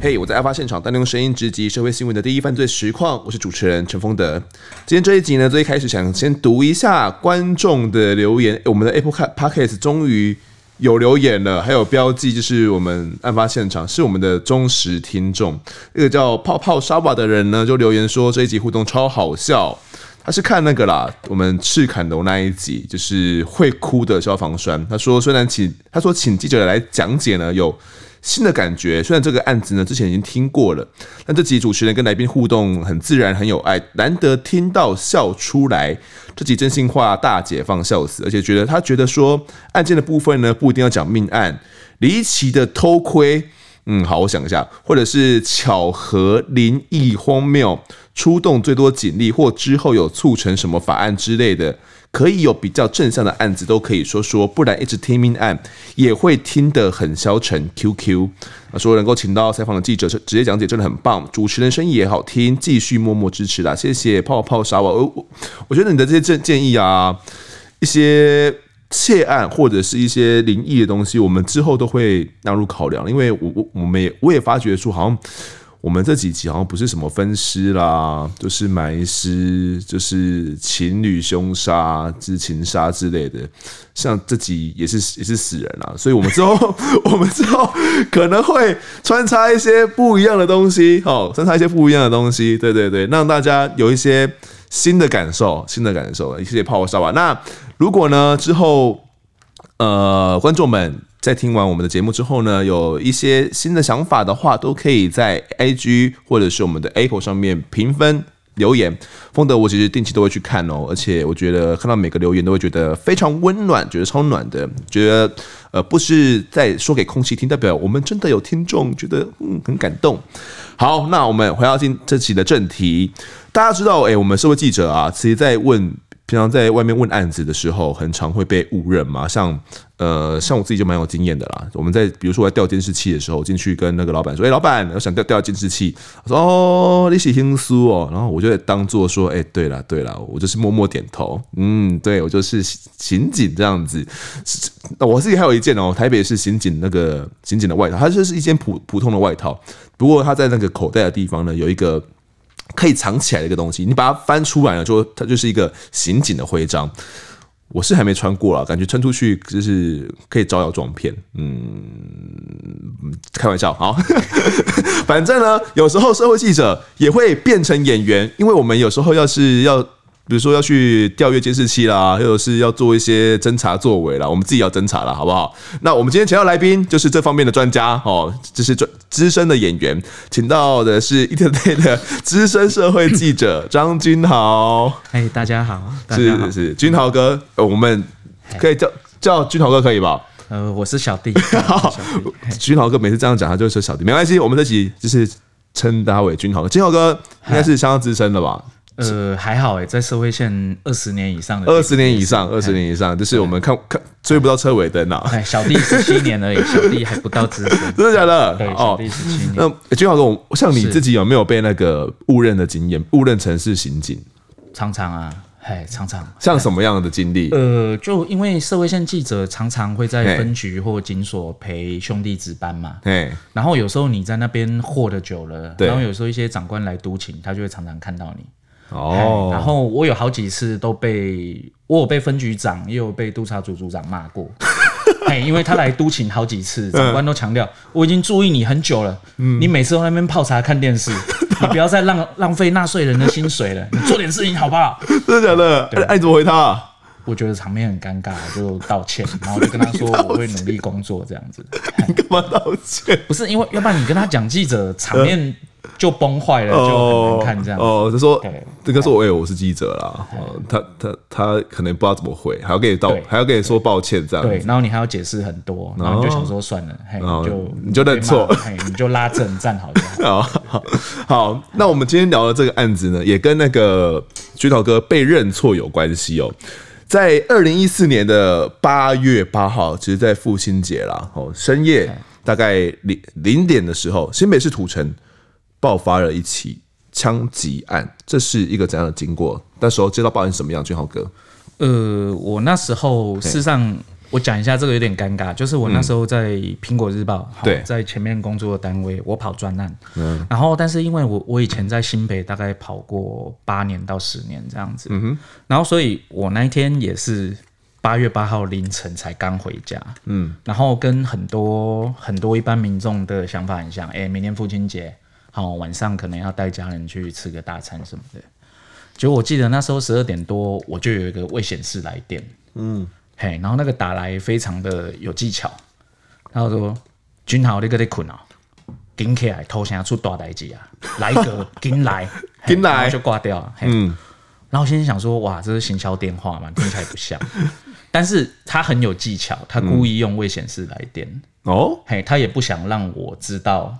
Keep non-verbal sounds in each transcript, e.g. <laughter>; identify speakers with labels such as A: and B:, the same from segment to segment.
A: 嘿、我在案发现场，带您用声音直击社会新闻的第一犯罪实况。我是主持人陈丰德。今天这一集呢，最一开始想先读一下观众的留言。诶我们的 Apple Car- Podcast 终于有留言了，还有标记，就是我们案发现场是我们的忠实听众。那个叫泡泡沙瓦的人呢，就留言说这一集互动超好笑。他是看那个啦，我们赤坎楼那一集，就是会哭的消防栓。他说，虽然请他说请记者来讲解呢，有新的感觉。虽然这个案子呢之前已经听过了，但这集主持人跟来宾互动很自然，很有爱，难得听到笑出来。这集真心话大解放，笑死！而且觉得他觉得说案件的部分呢，不一定要讲命案，离奇的偷窥。嗯，好，我想一下，或者是巧合、灵异、荒谬，出动最多警力，或之后有促成什么法案之类的，可以有比较正向的案子都可以说说，不然一直听命案也会听得很消沉。QQ 啊，说能够请到采访的记者直接讲解真的很棒，主持人声音也好听，继续默默支持啦，谢谢泡泡沙瓦。我我我觉得你的这些建建议啊，一些窃案或者是一些灵异的东西，我们之后都会纳入考量，因为我我我们也我也发觉出好像。我们这几集好像不是什么分尸啦，就是埋尸，就是情侣凶杀、之情杀之类的，像这集也是也是死人啦，所以我们之后 <laughs> 我们之后可能会穿插一些不一样的东西，哦，穿插一些不一样的东西，对对对，让大家有一些新的感受，新的感受，谢谢泡沙吧。那如果呢之后呃，观众们在听完我们的节目之后呢，有一些新的想法的话，都可以在 IG 或者是我们的 Apple 上面评分。留言，风德我其实定期都会去看哦，而且我觉得看到每个留言都会觉得非常温暖，觉得超暖的，觉得呃不是在说给空气听，代表我们真的有听众，觉得嗯很感动。好，那我们回到今这期的正题，大家知道，哎、我们社会记者啊，其实在问平常在外面问案子的时候，很常会被误认嘛。像呃，像我自己就蛮有经验的啦。我们在比如说我在调监视器的时候，进去跟那个老板说：“哎、老板，我想调调监视器。”他说：“哦，你是英苏哦。”然后我就当做说：“哎、对了对了，我就是默默点头。嗯，对我就是刑警这样子。”是那我自己还有一件哦，台北市刑警那个刑警的外套，它就是一件普普通的外套，不过它在那个口袋的地方呢，有一个。可以藏起来的一个东西，你把它翻出来了，就它就是一个刑警的徽章。我是还没穿过啊，感觉穿出去就是可以招摇撞骗。嗯，开玩笑，好。反正呢，有时候社会记者也会变成演员，因为我们有时候要是要，比如说要去调阅监视器啦，或者是要做一些侦查作为啦，我们自己要侦查啦，好不好？那我们今天请到来宾就是这方面的专家哦，这是专资深的演员，请到的是 Internet 的资深社会记者张君豪，
B: 哎，大家好，大家好
A: 是，是，君豪哥，呃我们可以叫叫君豪哥可以吧？
B: 呃，我
A: <laughs>
B: 是小弟，我是小弟嘿
A: 君豪哥每次这样讲，他就会说小弟，没关系，我们这集就是称他为君豪哥。君豪哥应该是相当资深的吧？
B: 呃，还好哎，在社会线二十年以上的，
A: 二十年以上，二十，年以上，就是我们看看追不到车尾灯啊， <laughs>
B: 哎，小弟十七年而已，小弟还不到资深，
A: 真的假的
B: 对，？小弟十七年，
A: 哦那哎君豪哥，我像你
B: 是
A: 自己有没有被那个误认的经验，误认成是刑警？
B: 常常啊，哎，常常。
A: 像什么样的经历？
B: 呃，就因为社会线记者常常会
A: 嘿
B: 在分局或警所陪兄弟值班嘛，
A: 哎、
B: 然后有时候你在那边获的久了，
A: 对
B: 然后有时候一些长官来督勤，他就会常常看到你。
A: 哦
B: 哎，然后我有好几次都被我有被分局长，也有被督察组组长骂过。 <laughs> 哎，因为他来督勤好几次，长官都强调，我已经注意你很久了，你每次都在那边泡茶看电视，你不要再浪浪费纳税人的薪水了，你做点事情好不好？
A: <laughs> 真的假的？哎、哎你怎么回他、 <laughs> 啊？
B: 我觉得场面很尴尬，我就道歉，然后就跟他说我会努力工作这样子。
A: 你干嘛道歉？
B: 不是因为，要不然你跟他讲记者场面就崩坏了，就很难看这样。
A: 哦，他说
B: 对
A: 这个说，哎、我是记者啦。哦，他他他可能不知道怎么回，还要跟你道
B: 对，
A: 还要跟你说抱歉这样
B: 对，
A: 子。 <laughs>
B: 然后你还要解释很多，然后你就想说算了，嘿，
A: 哦
B: 你就
A: 你就认错
B: 别骂嘿，你就拉正站好就好。
A: 好好好，那我们今天聊的这个案子呢，也跟那个君豪哥被认错有关系哦。在二零一四年的八月八号，其实在父亲节啦，哦，深夜大概零零点的时候，新北市土城爆发了一起枪击案，这是一个怎样的经过？那时候接到报案是什么样？君豪哥，
B: 呃，我那时候事实上我讲一下这个有点尴尬，就是我那时候在苹果日报，
A: 对
B: 好在前面工作的单位，我跑专案，然后但是因为我我以前在新北大概跑过八年到十年这样子，然后所以我那一天也是。八月八号凌晨才刚回家，嗯，然后跟很多很多一般民众的想法很像，哎、明天父亲节，好，晚上可能要带家人去吃个大餐什么的。结果我记得那时候十二点多，我就有一个未显示来电，嗯，嘿，然后那个打来非常的有技巧，他说：“君豪，你搁在困哦，紧起来，头先出大代志
A: <laughs>
B: 啊，来个紧来，嘿
A: 紧来
B: 然后就挂掉了。”嗯，然后我心里想说：“哇，这是行销电话嘛，听起来不像。” <laughs> 但是他很有技巧，他故意用未显示来电，
A: 哦，
B: 嘿，他也不想让我知道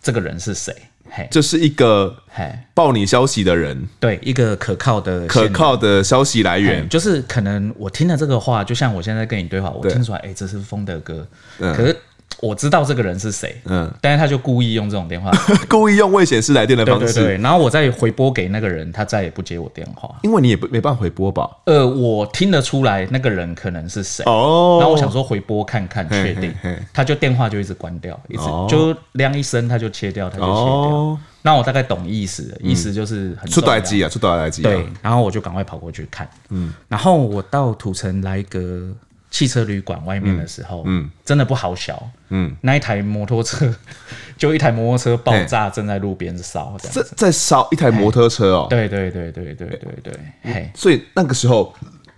B: 这个人是谁，嘿，
A: 这是一个
B: 嘿，
A: 报你消息的人，
B: 对，一个可靠的
A: 可
B: 线
A: 靠的消息来
B: 嗯
A: 源。
B: 就是可能我听了这个话，就像我现在跟你对话，我
A: 对
B: 听出来，哎、这是风德哥，可是我知道这个人是谁，
A: 嗯，
B: 但是他就故意用这
A: <laughs>
B: 种电话，
A: 故意用未显示来电的
B: 对
A: 方
B: 哎对
A: 式，
B: 对，然后我再回拨给那个人，他再也不接我电话。
A: 因为你也不没办法回拨吧？
B: 呃，我听得出来那个人可能是谁，
A: 哦，
B: 然后我想，说回拨看看，确定
A: 嘿嘿，
B: 他就电话就一直关掉，一直
A: 哦
B: 就亮一声他就切掉，他就切掉
A: 哦。
B: 那我大概懂意思了，意思就是很
A: 出
B: 重要
A: 大机啊，出大机啊，
B: 对，然后我就赶快跑过去看，嗯，然后我到土城来个汽车旅馆外面的时候，嗯，真的不好小，嗯，那一台摩托车 <laughs> 就一台摩托车爆炸，正在路边烧，这样，
A: 这在烧一台摩托车哦，
B: 对对对对对对对，嘿，
A: 所以那个时候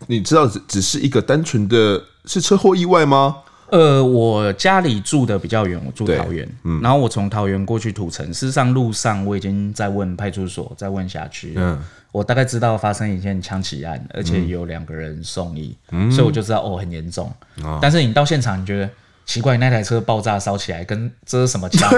A: 你知道只只是一个单纯的是车祸意外吗？
B: 呃，我家里住的比较远，我住
A: 对嗯
B: 桃园，然后我从桃园过去土城，事实上路上我已经在问派出所，在问辖区，
A: 嗯
B: 我大概知道发生一件枪击案，而且有两个人送医，
A: 嗯
B: 所以我就知道哦很严重。但是你到现场，你觉得奇怪，那台车爆炸烧起来，跟这是什么
A: <laughs>
B: 枪？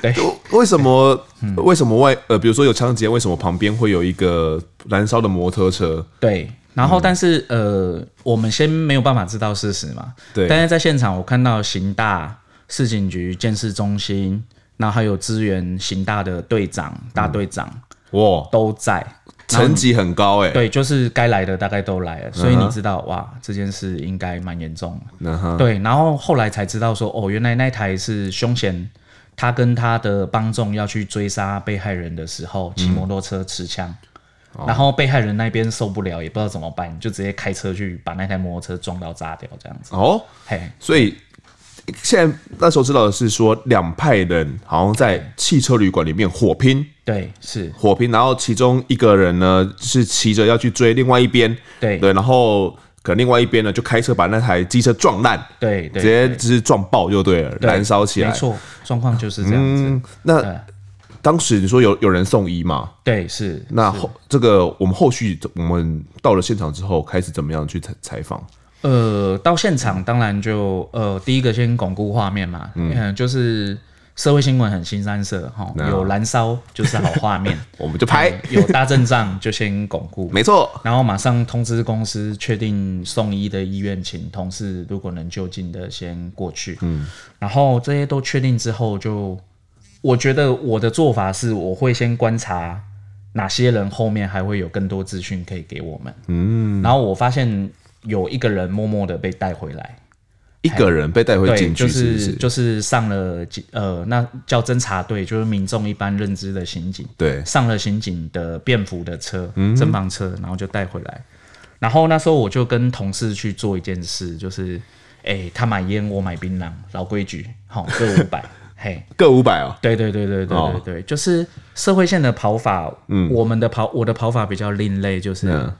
B: 对
A: 为什么？
B: 嗯
A: 为什么外呃，比如说有枪击案，为什么旁边会有一个燃烧的摩托车？
B: 对。然后，但是、呃，我们先没有办法知道事实嘛。
A: 对
B: 但是在现场，我看到刑大、市警局、建设中心，然后还有支援刑大的队长、大队长、
A: 哇，
B: 都在。
A: 层级很高哎、欸，
B: 对，就是该来的大概都来了，所以你知道、哇，这件事应该蛮严重的。
A: 嗯哼，
B: 对，然后后来才知道说，哦，原来那台是凶嫌，他跟他的帮众要去追杀被害人的时
A: 嗯
B: 候，骑摩托车持枪，
A: 哦
B: 然后被害人那边受不了，也不知道怎么办，就直接开车去把那台摩托车撞到炸掉，这样子。
A: 哦，
B: 嘿，
A: 所以现在那时候知道的是说，两派人好像在汽车旅馆里面火拼，
B: 对，是，
A: 火拼，然后其中一个人呢是骑着要去追另外一边，
B: 对，
A: 对，然后可能另外一边呢就开车把那台机车撞烂，
B: 对，
A: 直
B: 对，
A: 接就是撞爆就对了，
B: 对
A: 燃烧起来。
B: 没错，状况就是这样子。
A: 嗯，那
B: 对
A: 当时你说有有人送医嘛？
B: 对，是。
A: 那后这个我们后续我们到了现场之后，开始怎么样去采采访？
B: 呃，到现场当然就呃，第一个先巩固画面嘛，嗯、就是社会新闻很新三色哈，有燃烧就是好画面， <laughs>
A: 我们就拍，
B: 呃有大阵仗就先巩固，
A: 没错，
B: 然后马上通知公司，确定送医的医院，请同事如果能就近的先过去，嗯，然后这些都确定之后就，我觉得我的做法是，我会先观察。哪些人后面还会有更多资讯可以给我们？嗯，然后我发现有一个人默默的被带回来，
A: 一个人被带回
B: 对，
A: 警
B: 就
A: 局，是不
B: 是
A: 是？
B: 就是上了警呃，那叫侦查队，就是民众一般认知的刑警，
A: 对，
B: 上了刑警的便服的车，
A: 嗯
B: 侦防车，然后就带回来。然后那时候我就跟同事去做一件事，就是哎、他买烟，我买槟榔，老规矩，
A: <laughs>
B: 好各五百，嘿。
A: 各五百哦，
B: 对对对对对对
A: 哦
B: 对，就是社会线的跑法，我们的跑我的跑法比较另类，就是
A: 嗯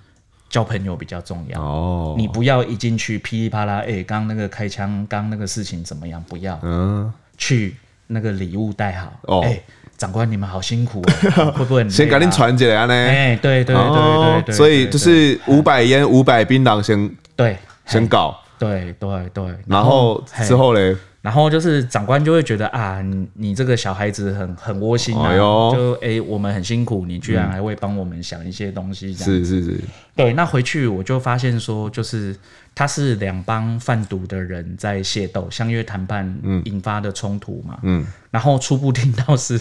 B: 交朋友比较重要。
A: 哦，
B: 你不要一进去噼里啪啦，哎、刚刚那个开枪，刚刚那个事情怎么样？不要，
A: 嗯，
B: 去那个礼物带好。
A: 哦
B: 哎、长官你们好辛苦、哦，会不会很累啊
A: 先赶紧？传起来呢。
B: 哎、对对对对
A: 哦
B: 对对，
A: 所以就
B: 对
A: 是五百烟、五百槟榔先
B: 对
A: 先搞，
B: 对对对，
A: 然后
B: 嘿
A: 之后嘞，
B: 然后就是长官就会觉得啊，你你这个小孩子很很窝心啊，
A: 哎呦
B: 就哎、我们很辛苦，你居然还会帮我们想一些东西这样。
A: 嗯是是是，
B: 对，那回去我就发现说，就是他是两帮贩毒的人在械斗，相约谈判
A: 嗯
B: 引发的冲突嘛。嗯，然后初步听到是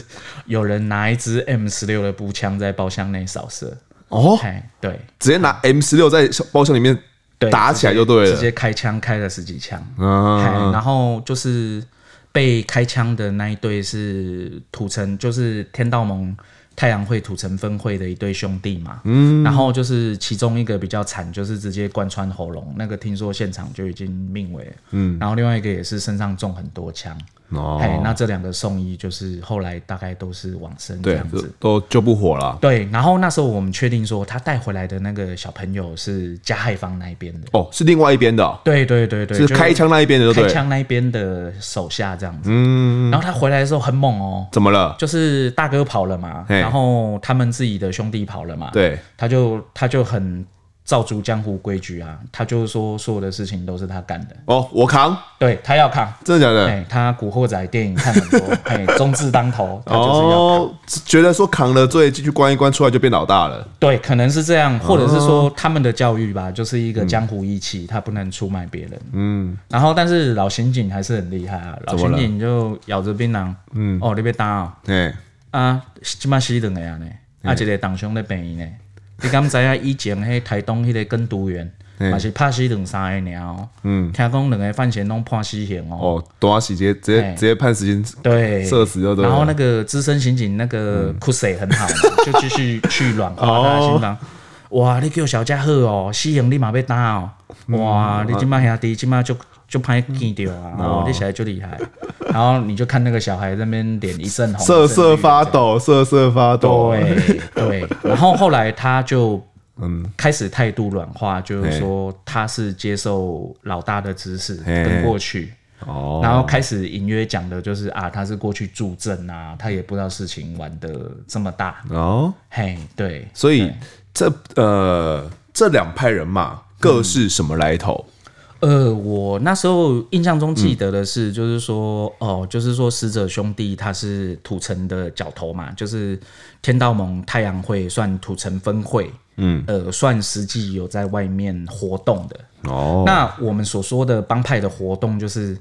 B: 有人拿一支 M 十六的步枪在包厢内扫射。
A: 哦，
B: 哎，对
A: 直接拿 M 十六在包厢里面
B: 对，
A: 打起来就对了
B: 直接开枪开了十几枪，嘿
A: 啊，
B: 然后就是被开枪的那一对是土城，就是天道盟太阳会土城分会的一对兄弟嘛。嗯，然后就是其中一个比较惨，就是直接贯穿喉咙，那个听说现场就已经命危。嗯，然后另外一个也是身上中很多枪。哎、
A: 哦，
B: 那这两个送医就是后来大概都是往生这
A: 对
B: 样，
A: 都
B: 子。
A: 都救不活了。
B: 对，然后那时候我们确定说，他带回来的那个小朋友是加害方那一边的。
A: 哦，是另外一边的哦、
B: 对对对对，
A: 是
B: 就
A: 开枪那一边的，对
B: 开
A: 不对？
B: 枪那边的手下这样子。嗯，然后他回来的时候很猛哦，
A: 怎么了？
B: 就是大哥跑了嘛，
A: 嘿
B: 然后他们自己的兄弟跑了嘛，，
A: 对，
B: 他就他就很照足江湖规矩啊，他就说所有的事情都是他干的，
A: 哦，我扛，
B: 对他要扛。
A: 真的假
B: 哎、
A: 的？
B: 他《古惑仔》电影看很多，哎、 <laughs> 中字当头，他就是要、
A: 哦，觉得说扛了罪，进去关一关，出来就变老大了。
B: 对，可能是这样，或者是
A: 哦
B: 说他们的教育吧，就是一个江湖义气，他不能出卖别人。
A: 嗯，
B: 然后，但是老刑警还是很厉害啊，老
A: 怎么了
B: 刑警就咬着槟榔，嗯，哦，你被打哦，
A: 哎、
B: 啊，即摆死两个啊呢，啊一个当凶咧病呢，你敢知影以前迄台东迄个跟毒员，嘛是拍死两三个尔哦，嗯，听讲两个犯嫌拢判死刑哦，
A: 哦，多阿喜直接直接
B: 哎
A: 直接判死刑，
B: 对，
A: 射死就对了嗯
B: 然后那个资深刑警那个酷水很
A: <laughs>
B: 好嘛，就继续去软化他的心脏。
A: 哦
B: 哇，你叫小家伙哦，死刑你嘛要打哦！
A: 嗯
B: 哇，你今摆兄弟今摆就就歹见着啊！哦，你小孩就厉害，然后你就看那个小孩在那边脸一阵红，
A: 瑟
B: 一阵绿
A: 瑟发
B: 这样
A: 抖，瑟瑟发抖。
B: 对对，然后后来他就嗯开始态度软化，就是说他是接受老大的指使
A: 嘿
B: 跟过去，
A: 哦，
B: 然后开始隐约讲的就是啊，他是过去助阵啊，他也不知道事情玩的这么大，
A: 哦，
B: 嘿，对，
A: 所以这呃这两派人马各是什么来头？
B: 呃，我那时候印象中记得的是，就是说，哦，就是说死者兄弟他是土城的角头嘛，就是天道盟太阳会算土城分会，嗯，呃，算实际有在外面活动的。
A: 哦，
B: 那我们所说的帮派的活动，就是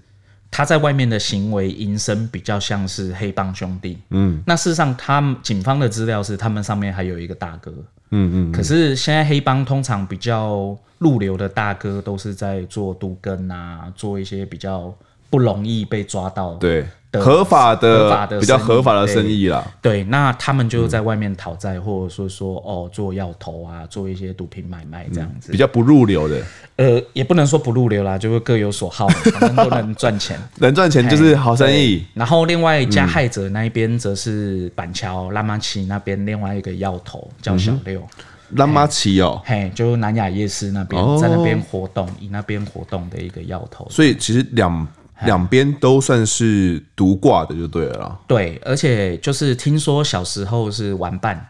B: 他在外面的行为营生比较像是黑帮兄弟，嗯，那事实上他们警方的资料是他们上面还有一个大哥，
A: 嗯嗯，
B: 可是现在黑帮通常比较入流的大哥都是在做毒根啊，做一些比较不容易被抓到。
A: 对，
B: 的
A: 合法的
B: 合法的
A: 比较合法的
B: 生
A: 生
B: 意
A: 意啦。
B: 对那他们就在外面讨债，或者说说哦做药头啊，做一些毒品买卖这样子。
A: 比较不入流的，
B: 呃，也不能说不入流啦，就是各有
A: <laughs>
B: 所好嘛，反正都能赚钱。
A: 能赚钱就是好生意。
B: 然后另外加害者那一边则是板桥拉玛奇那边另外一个药头叫
A: 嗯
B: 小六，
A: 拉玛奇哦，
B: 嘿，就是南雅夜市那边、
A: 哦
B: 在那边活动，以那边活动的一个药头。
A: 所以其实两两边都算是独挂的，就对了啦。
B: 对，而且就是听说小时候是玩伴，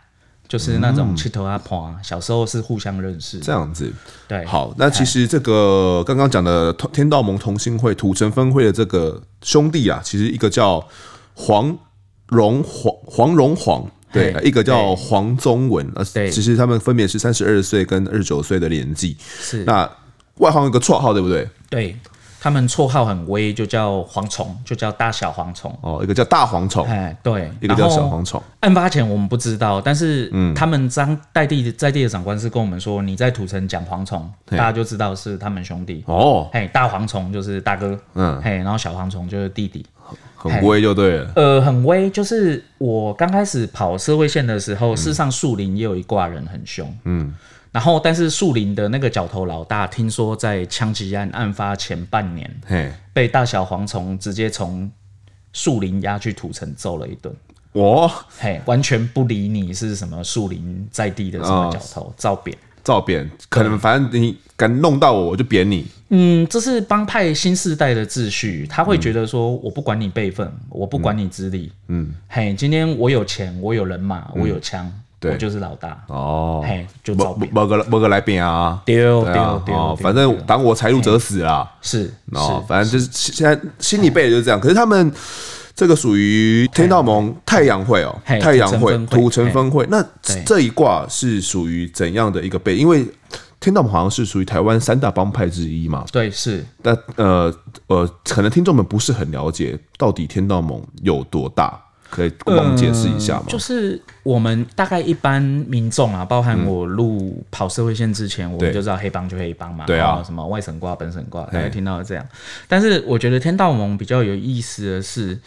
B: 就是那
A: 嗯
B: 种七头阿婆啊，小时候是互相认识。
A: 这样子，
B: 对，
A: 好，那其实这个刚刚讲的同天道盟同心会土城分会的这个兄弟啊，其实一个叫黄荣黄黄荣煌，对，
B: 嘿
A: 一个叫黄宗文，呃，
B: 对
A: 其实他们分别是三十二岁跟二十九岁的年纪。
B: 是
A: 那外行有个绰号，对不对？
B: 对他们绰号很威，就叫蝗虫，就叫大小蝗虫。
A: 哦，一个叫大蝗虫，
B: 哎，对，
A: 一个
B: 然
A: 叫
B: 后
A: 小蝗虫。
B: 案发前我们不知道，但是他们当在地在地的长官是跟我们说，你在土城讲蝗虫，大家就知道是他们兄弟。
A: 哦，
B: 嘿，大蝗虫就是大哥，
A: 嗯
B: 嗯，嘿，然后小蝗虫就是弟弟。
A: 很威就对了。
B: 呃，很微，就是我刚开始跑社会线的时候，事实上树林也有一挂人很凶，嗯，然后但是树林的那个角头老大，听说在枪击案案发前半年，
A: 嘿，
B: 被大小蝗虫直接从树林押去土城揍了一顿，
A: 我
B: 嘿，完全不理你是什么树林在地
A: 哦
B: 的什么角头，照扁。
A: 照扁，可能反正你敢弄到我，我就扁你。
B: 嗯，这是帮派新世代的秩序，他会觉得说，我不管你辈分，我不管你资历，嗯，嘿，今天我有钱，我有人马，我有枪，
A: 嗯对
B: 我就是老大，
A: 哦，
B: 嘿，就
A: 某
B: 照
A: 某
B: 扁，
A: 某个某个来扁啊，
B: 丢
A: 对啊
B: 丢，
A: 哦
B: 丢，
A: 反正挡我财路者死啦。
B: 是
A: 哦，
B: 是，
A: 反正就是现在新一辈的就是这样，可是他们这个属于天道盟太阳会哦，
B: 嘿
A: 太阳会土
B: 土
A: 城
B: 城
A: 分
B: 分
A: 会，那
B: 对
A: 这一卦是属于怎样的一个辈？因为天道盟好像是属于台湾三大帮派之一嘛，
B: 对是，
A: 那呃呃，可能听众们不是很了解到底天道盟有多大。可以帮我们解释一下吗？
B: 就是我们大概一般民众啊，包含我录跑社会线之前，我
A: 对
B: 们就知道黑帮就黑帮嘛，
A: 对啊
B: 然后什么外省挂本省挂，大
A: 嘿
B: 家听到的这样。但是我觉得天道盟比较有意思的是。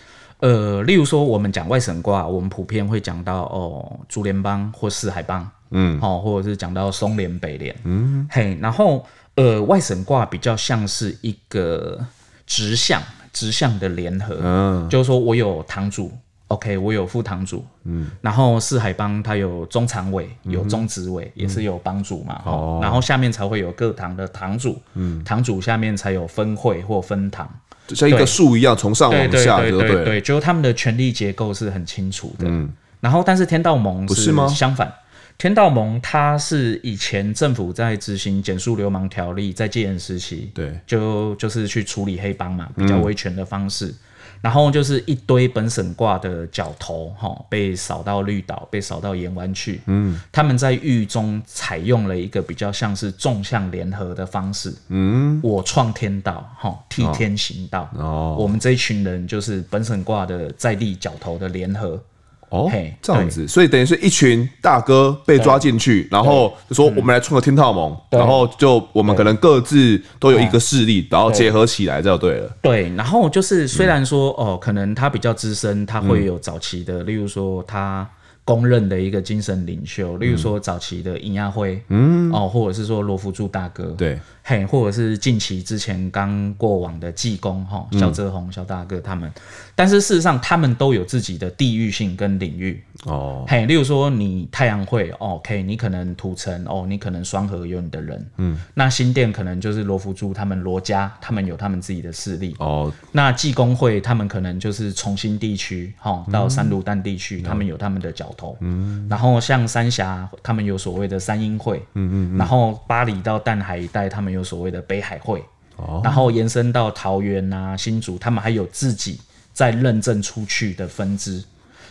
B: 呃，例如说我们讲外省挂，我们普遍会讲到哦，竹联帮或四海帮，嗯，哦，或者是讲到松联、北联，嗯，嘿，然后呃，外省挂比较像是一个直向直向的联合，
A: 嗯，
B: 就是说我有堂主，OK，我有副堂主，嗯，然后四海帮它有中常委，有中执委，也是有帮主嘛，
A: 哦
B: 嗯哦，然后下面才会有各堂的堂主，嗯，堂主下面才有分会或分堂，
A: 就像一个树一样，从上
B: 对
A: 往
B: 对
A: 下，
B: 对
A: 不
B: 对
A: 嗯对？
B: 对，就是他们的权力结构是很清楚的，嗯，然后但是天道盟
A: 不是吗
B: 相反。天道盟，它是以前政府在执行减速流氓条例，在戒严时期，
A: 对，嗯
B: 就就是去处理黑帮嘛，比较维权的方式。然后就是一堆本省挂的角头，哈、被扫到绿岛，被扫到盐湾去。嗯，他们在狱中采用了一个比较像是纵向联合的方式。嗯，我创天道，哈、替天行道。
A: 哦
B: 我们这一群人就是本省挂的在地角头的联合。
A: 哦
B: 嘿，
A: 这样子，所以等于是一群大哥被抓进去，然后就说我们来创个天道盟，然后就我们可能各自都有一个势力，然后结合起来就对了。
B: 对，然后就是虽然说、哦，可能他比较资深，他会有早期的，例如说他公认的一个精神领袖，例如说早期的尹亚辉，嗯，哦，或者是说罗福柱大哥，，
A: 对，
B: 嘿，或者是近期之前刚过往的济公哈、哦、肖泽宏、肖大哥他们，但是事实上他们都有自己的地域性跟领域，
A: 哦，
B: 嘿，例如说你太阳会哦，OK，你可能土城哦，你可能双河有你的人，嗯，那新店可能就是罗福珠他们罗家，他们有他们自己的势力，
A: 哦，
B: 那技工会他们可能就是重新地区，哈，到三芦丹地区，他们有他们的角头。嗯，然后像三峡，他们有所谓的三英会。嗯嗯。然后巴黎到淡海一带，他们有所谓的北海会。
A: 哦。
B: 然后延伸到桃园啊、新竹，他们还有自己在认证出去的分支。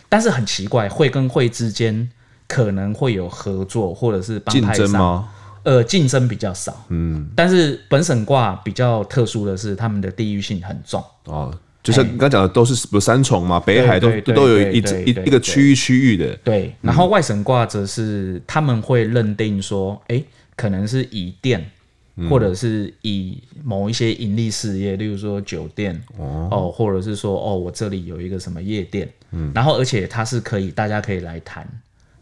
B: 但是很奇怪，会跟会之间可能会有合作，或者是帮
A: 竞
B: 派
A: 争
B: 上
A: 吗？
B: 呃，竞争比较少，嗯，但是本省卦比较特殊的是，他们的地域性很重，
A: 哦，就像你刚讲的，都是比如三重嘛，北海都
B: 对对对
A: 都有一
B: 对对
A: 一
B: 对
A: 一个区域区域的，
B: 对。然后外省卦则是他们会认定说，哎、可能是以店，或者是以某一些盈利事业，例如说酒店，哦或者是说哦，我这里有一个什么夜店，嗯，然后而且它是可以，大家可以来谈，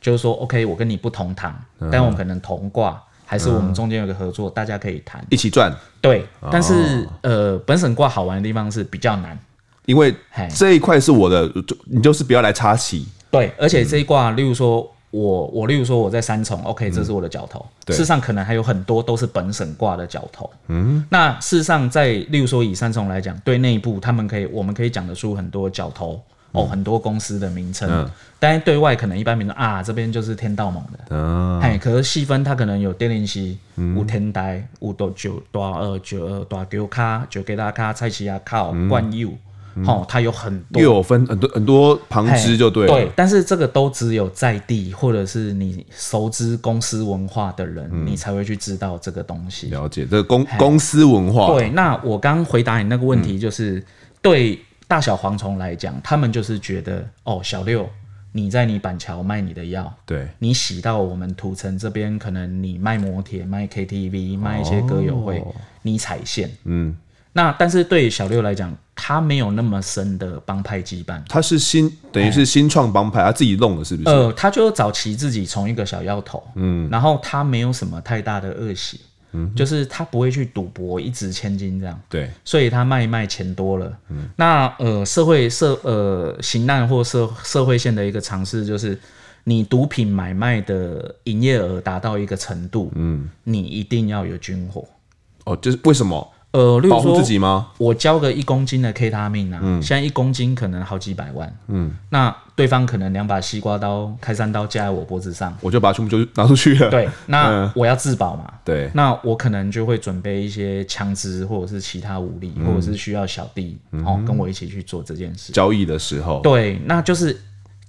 B: 就是说，OK，我跟你不同堂，但我们可能同卦，还是我们中间有个合作，大家可以谈。
A: 一起赚。
B: 对，但是、呃，本省卦好玩的地方是比较难。
A: 因为
B: 嘿
A: 这一块是我的，就你就是不要来插旗。
B: 对，而且这一卦，例如说我我例如说我在三重，OK，这是我的角头。
A: 嗯对
B: 事实上，可能还有很多都是本省卦的角头。嗯，那事实上在，例如说以三重来讲，对内部他们可以，我们可以讲得出很多角头。哦，很多公司的名称，
A: 嗯
B: 但是对外可能一般民众啊，这边就是天道盟的，
A: 嗯，
B: 哎、可是细分它可能有电灵溪、有天台、有多九大二九二大九卡、九给大卡、蔡奇亚靠、
A: 嗯
B: 冠佑，哦，它有很多
A: 又有分很多很多旁支就对了。
B: 对，但是这个都只有在地或者是你熟知公司文化的人，你才会去知道这个东西。
A: 嗯了解这个公公司文化。
B: 对，那我刚回答你那个问题，就是、对大小蝗虫来讲，他们就是觉得哦，小六你在你板桥卖你的药，
A: 对
B: 你洗到我们土城这边，可能你卖摩铁、卖
A: 哦
B: KTV、卖一些歌友会，你踩线。
A: 嗯，
B: 那但是对小六来讲，他没有那么深的帮派羁绊。
A: 他是新等
B: 哎
A: 于是新创帮派，他自己弄的，是不是？
B: 呃，他就早期自己从一个小药头，嗯，然后他没有什么太大的恶习，嗯，就是他不会去赌博，一掷千金这样，
A: 对，
B: 所以他卖一卖钱多了。嗯，那呃，社会社呃刑案或社社会线的一个尝试就是。你毒品买卖的营业额达到一个程度，嗯，你一定要有军火。
A: 哦，就是为什么
B: 呃，例如
A: 保护
B: 说
A: 自，己嗯吗？
B: 我交个一公斤的 K 他命啊，现在一公斤可能好几百万，嗯，那对方可能两把西瓜刀、开山刀架在我脖子上，
A: 我就把它全部就拿出去了。
B: 对，
A: 嗯
B: 那我要自保嘛，
A: 对
B: 那我可能就会准备一些枪支或者是其他武力，
A: 嗯
B: 或者是需要小弟哦跟我一起去做这件事。
A: 交易的时候，
B: 对，那就是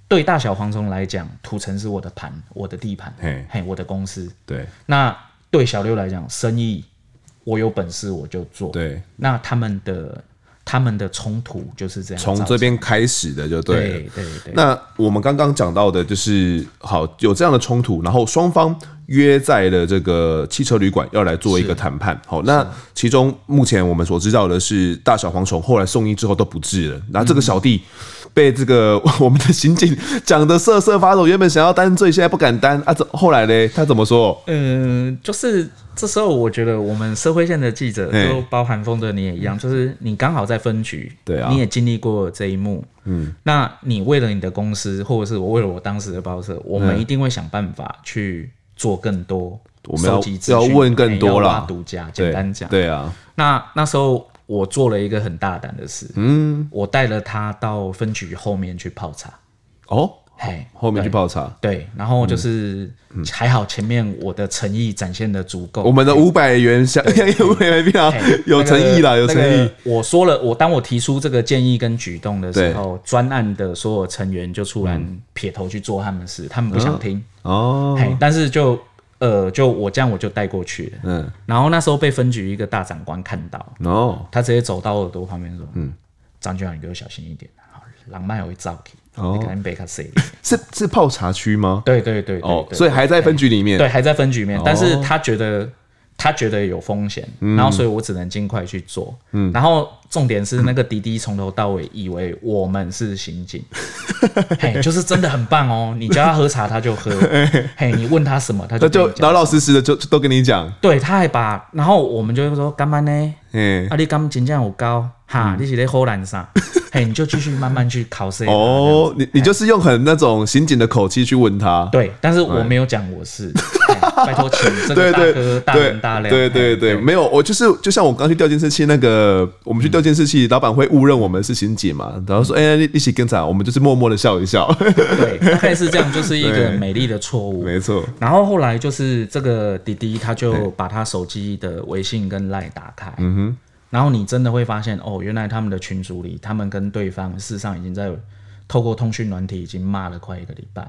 B: 对大小蝗虫来讲，土城是我的盘，我的地盘，
A: 嘿
B: 嘿，我的公司。
A: 对
B: 那对小六来讲，生意我有本事我就做。
A: 对
B: 那他们的他们的冲突就是这样造成。
A: 从这边开始的就对了。
B: 对对对，
A: 那我们刚刚讲到的就是，好有这样的冲突，然后双方约在了这个汽车旅馆要来做一个谈判。好，那其中目前我们所知道的是，大小蝗虫后来送医之后都不治了，然后这个小弟。被这个 <laughs> 我们的刑警讲的瑟瑟发抖，原本想要担罪，现在不敢担啊！怎后来嘞？他怎么说？
B: 嗯，就是这时候，我觉得我们社会线的记者，
A: 嘿嗯
B: 就包含风的你也一样，就是你刚好在分局，
A: 对啊
B: 你也经历过这一幕，嗯，那你为了你的公司，或者是我为了我当时的报社，我们一定会想办法去做更多
A: 嗯我们要
B: 收集资讯，
A: 要问更多啦
B: 啦，独家，简
A: 对
B: 单讲，
A: 对啊，
B: 那那时候我做了一个很大胆的事，嗯，我带了他到分局后面去泡茶，
A: 哦，
B: 嘿，
A: 后面去
B: 对
A: 泡茶。
B: 对，然后就是、还好前面我的诚意展现的足够。
A: 嗯我们的五百元小 <laughs> 五百元票
B: 哎
A: <laughs> 有诚意啦，有诚。
B: 那
A: 意
B: 个。我说了，我当我提出这个建议跟举动的时候，专案的所有成员就突然撇头去做他们的事，他们不想听。
A: 哦，
B: 嘿，但是就呃，就我这样我就带过去了。
A: 嗯，
B: 然后那时候被分局一个大长官看到，
A: 哦，
B: 他直接走到我耳朵旁边说：“嗯，张局长，你给我小心一点，啊好，狼麦会照你，
A: 哦
B: 你赶紧被他塞。
A: 是是泡茶区吗？
B: 对”对对对
A: 哦，
B: 对
A: 所以还在分局里面。哦
B: 对，还在分局面，但是他觉得他觉得有风险，
A: 嗯
B: 然后所以我只能尽快去做。嗯，然后重点是那个滴滴从头到尾以为我们是
A: <laughs>
B: 刑警，嘿，就是真的很棒哦。你叫他喝茶他就
A: <laughs>
B: 喝，嘿，你问他什么他
A: 那
B: 就
A: 就
B: 跟你讲
A: 老老实实的就就都跟你讲，
B: 对，他还把，然后我们就会说干嘛呢？
A: 哎，
B: 啊，你敢真正有高
A: 嗯
B: 哈？你是在荷兰
A: <laughs>
B: 啥？嘿，你就继续慢慢去考试。哎
A: 哦，你你就是用很那种刑警的口气去问他，
B: 对，但是我没有讲我是，嘿拜托请这
A: 对
B: 个大
A: 哎 <laughs> 对
B: 哥大
A: 对
B: 人大量，哎
A: 对对
B: 嘿
A: 对，没有，我就是就像我刚去调监视器那个，我们去调监视器，老板会误认我们是刑警嘛，然后
B: 嗯
A: 说哎，一起跟上，我们就是默默的笑一
B: <laughs>
A: 笑，
B: 对，大概是这样，就是一个
A: 对
B: 美丽的错误。
A: 没错，
B: 然后后来就是这个滴滴，他就把他手机的微信跟 LINE 打开，嗯哼，然后你真的会发现，哦，原来他们的群组里，他们跟对方事实上已经在透过通讯软体已经骂了快一个礼拜，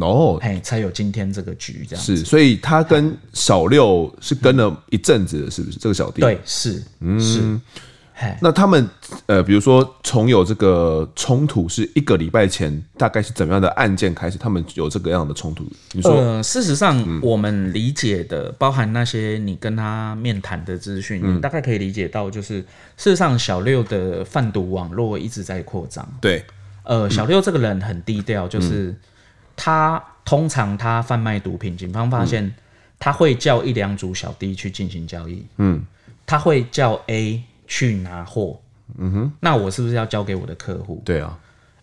A: 哦，
B: 嘿，才有今天这个局这样。
A: 是，所以他跟小六是跟了一阵子的，是不是？这个小弟。
B: 对，是，是，嘿，
A: 那他们呃，比如说从有这个冲突是一个礼拜前，大概是怎么样的案件开始？他们有这个样的冲突？你说、
B: 呃，事实上，我们理解的，包含那些你跟他面谈的资讯，你大概可以理解到，就是事实上，小六的贩毒网络一直在扩张。
A: 对，
B: 呃，小六这个人很低调，就是、他通常他贩卖毒品，警方发现他会叫一两组小弟去进行交易，嗯，他会叫 A 去拿货，嗯哼，那我是不是要交给我的客户
A: 对啊，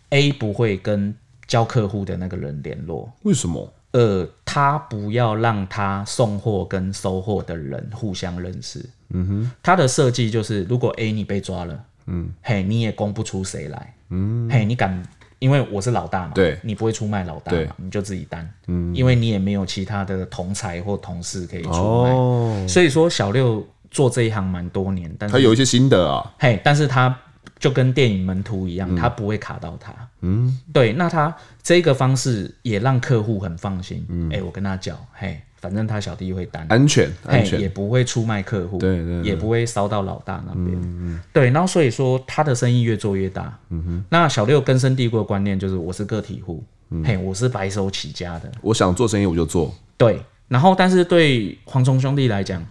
B: ？A 不会跟交客户的那个人联络，
A: 为什么？
B: 呃，他不要让他送货跟收货的人互相认识。嗯哼，他的设计就是，如果 A 你被抓了，嗯，嘿，你也供不出谁来，嗯，嘿，你敢，因为我是老大嘛，
A: 对
B: 你不会出卖老大
A: 对
B: 嘛，你就自己担，嗯，因为你也没有其他的同才或同事可以出卖，
A: 哦，
B: 所以说小六做这一行蛮多年，但
A: 他
B: 是
A: 有一些心得啊，
B: 嘿，但是他就跟电影门徒
A: 嗯
B: 一样，他不会卡到他。嗯，对，那他这个方式也让客户很放心。嗯，哎、我跟他讲，嘿，反正他小弟会担，
A: 安全，安
B: 嘿，
A: 全，
B: 也不会出卖客户，
A: 对对对嗯
B: 也不会烧到老大那边。对，然后所以说他的生意越做越大。嗯哼，那小六根深蒂固的观念就是我是个体户，
A: 嗯
B: 嘿，我是白手起家的，
A: 我想做生意我就做，
B: 对，然后但是对黄忠兄弟来讲，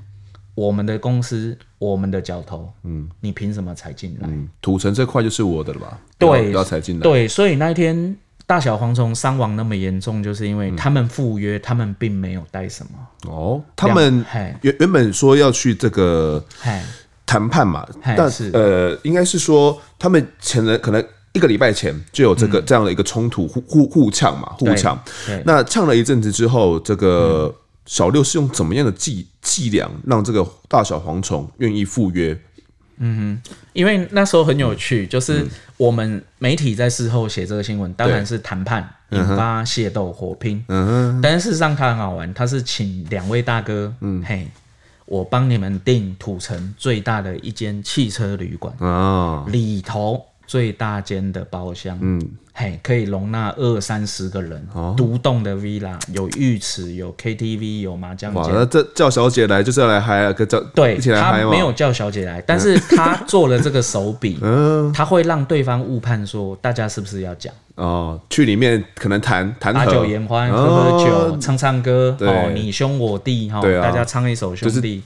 B: 我们的公司，我们的角头，嗯，你凭什么踩进来？
A: 嗯，土城这块就是我的了吧？不要
B: 对，
A: 不要踩进来，
B: 对，所以那一天大小蝗虫伤亡那么严重，就是因为他们赴约，他们并没有带 <laughs> 什么。
A: 哦，他们
B: 嘿，
A: 原原本说要去这个
B: 嘿，
A: 谈判嘛，
B: 嘿
A: 但
B: 是
A: 呃，应该是说他们前的可能一个礼拜前就有这个、这样的一个冲突，互互互呛嘛，互
B: 嗯对
A: 呛
B: 对。嗯
A: 那呛了一阵子之后，这个小六是用怎么样的伎伎俩让这个大小蝗虫愿意赴约？
B: 因为那时候很有趣，就是我们媒体在事后写这个新闻，当然是谈判引发械斗火拼。嗯但是事实上它很好玩，它是请两位大哥，嗯嘿，我帮你们订土城最大的一间汽车旅馆，
A: 啊？
B: 里头最大间的包厢，嗯，嘿，可以容纳二三十个人，
A: 哦
B: 独栋的 villa，有浴池，有 KTV，有麻将
A: 哇，
B: 间
A: 那。这叫小姐来就是要来嗨啊，跟叫
B: 对
A: 一起来
B: 他
A: 嗨嘛。嗯
B: 没有叫小姐
A: <laughs>
B: 来，但是他做了这个手笔，他会让对方误判说大家是不是要讲
A: 哦，去里面可能谈谈
B: 把酒言欢，喝喝酒，唱唱歌，
A: 哦对
B: 哦，你兄我弟，哈，
A: 对啊
B: 大家唱一首兄弟，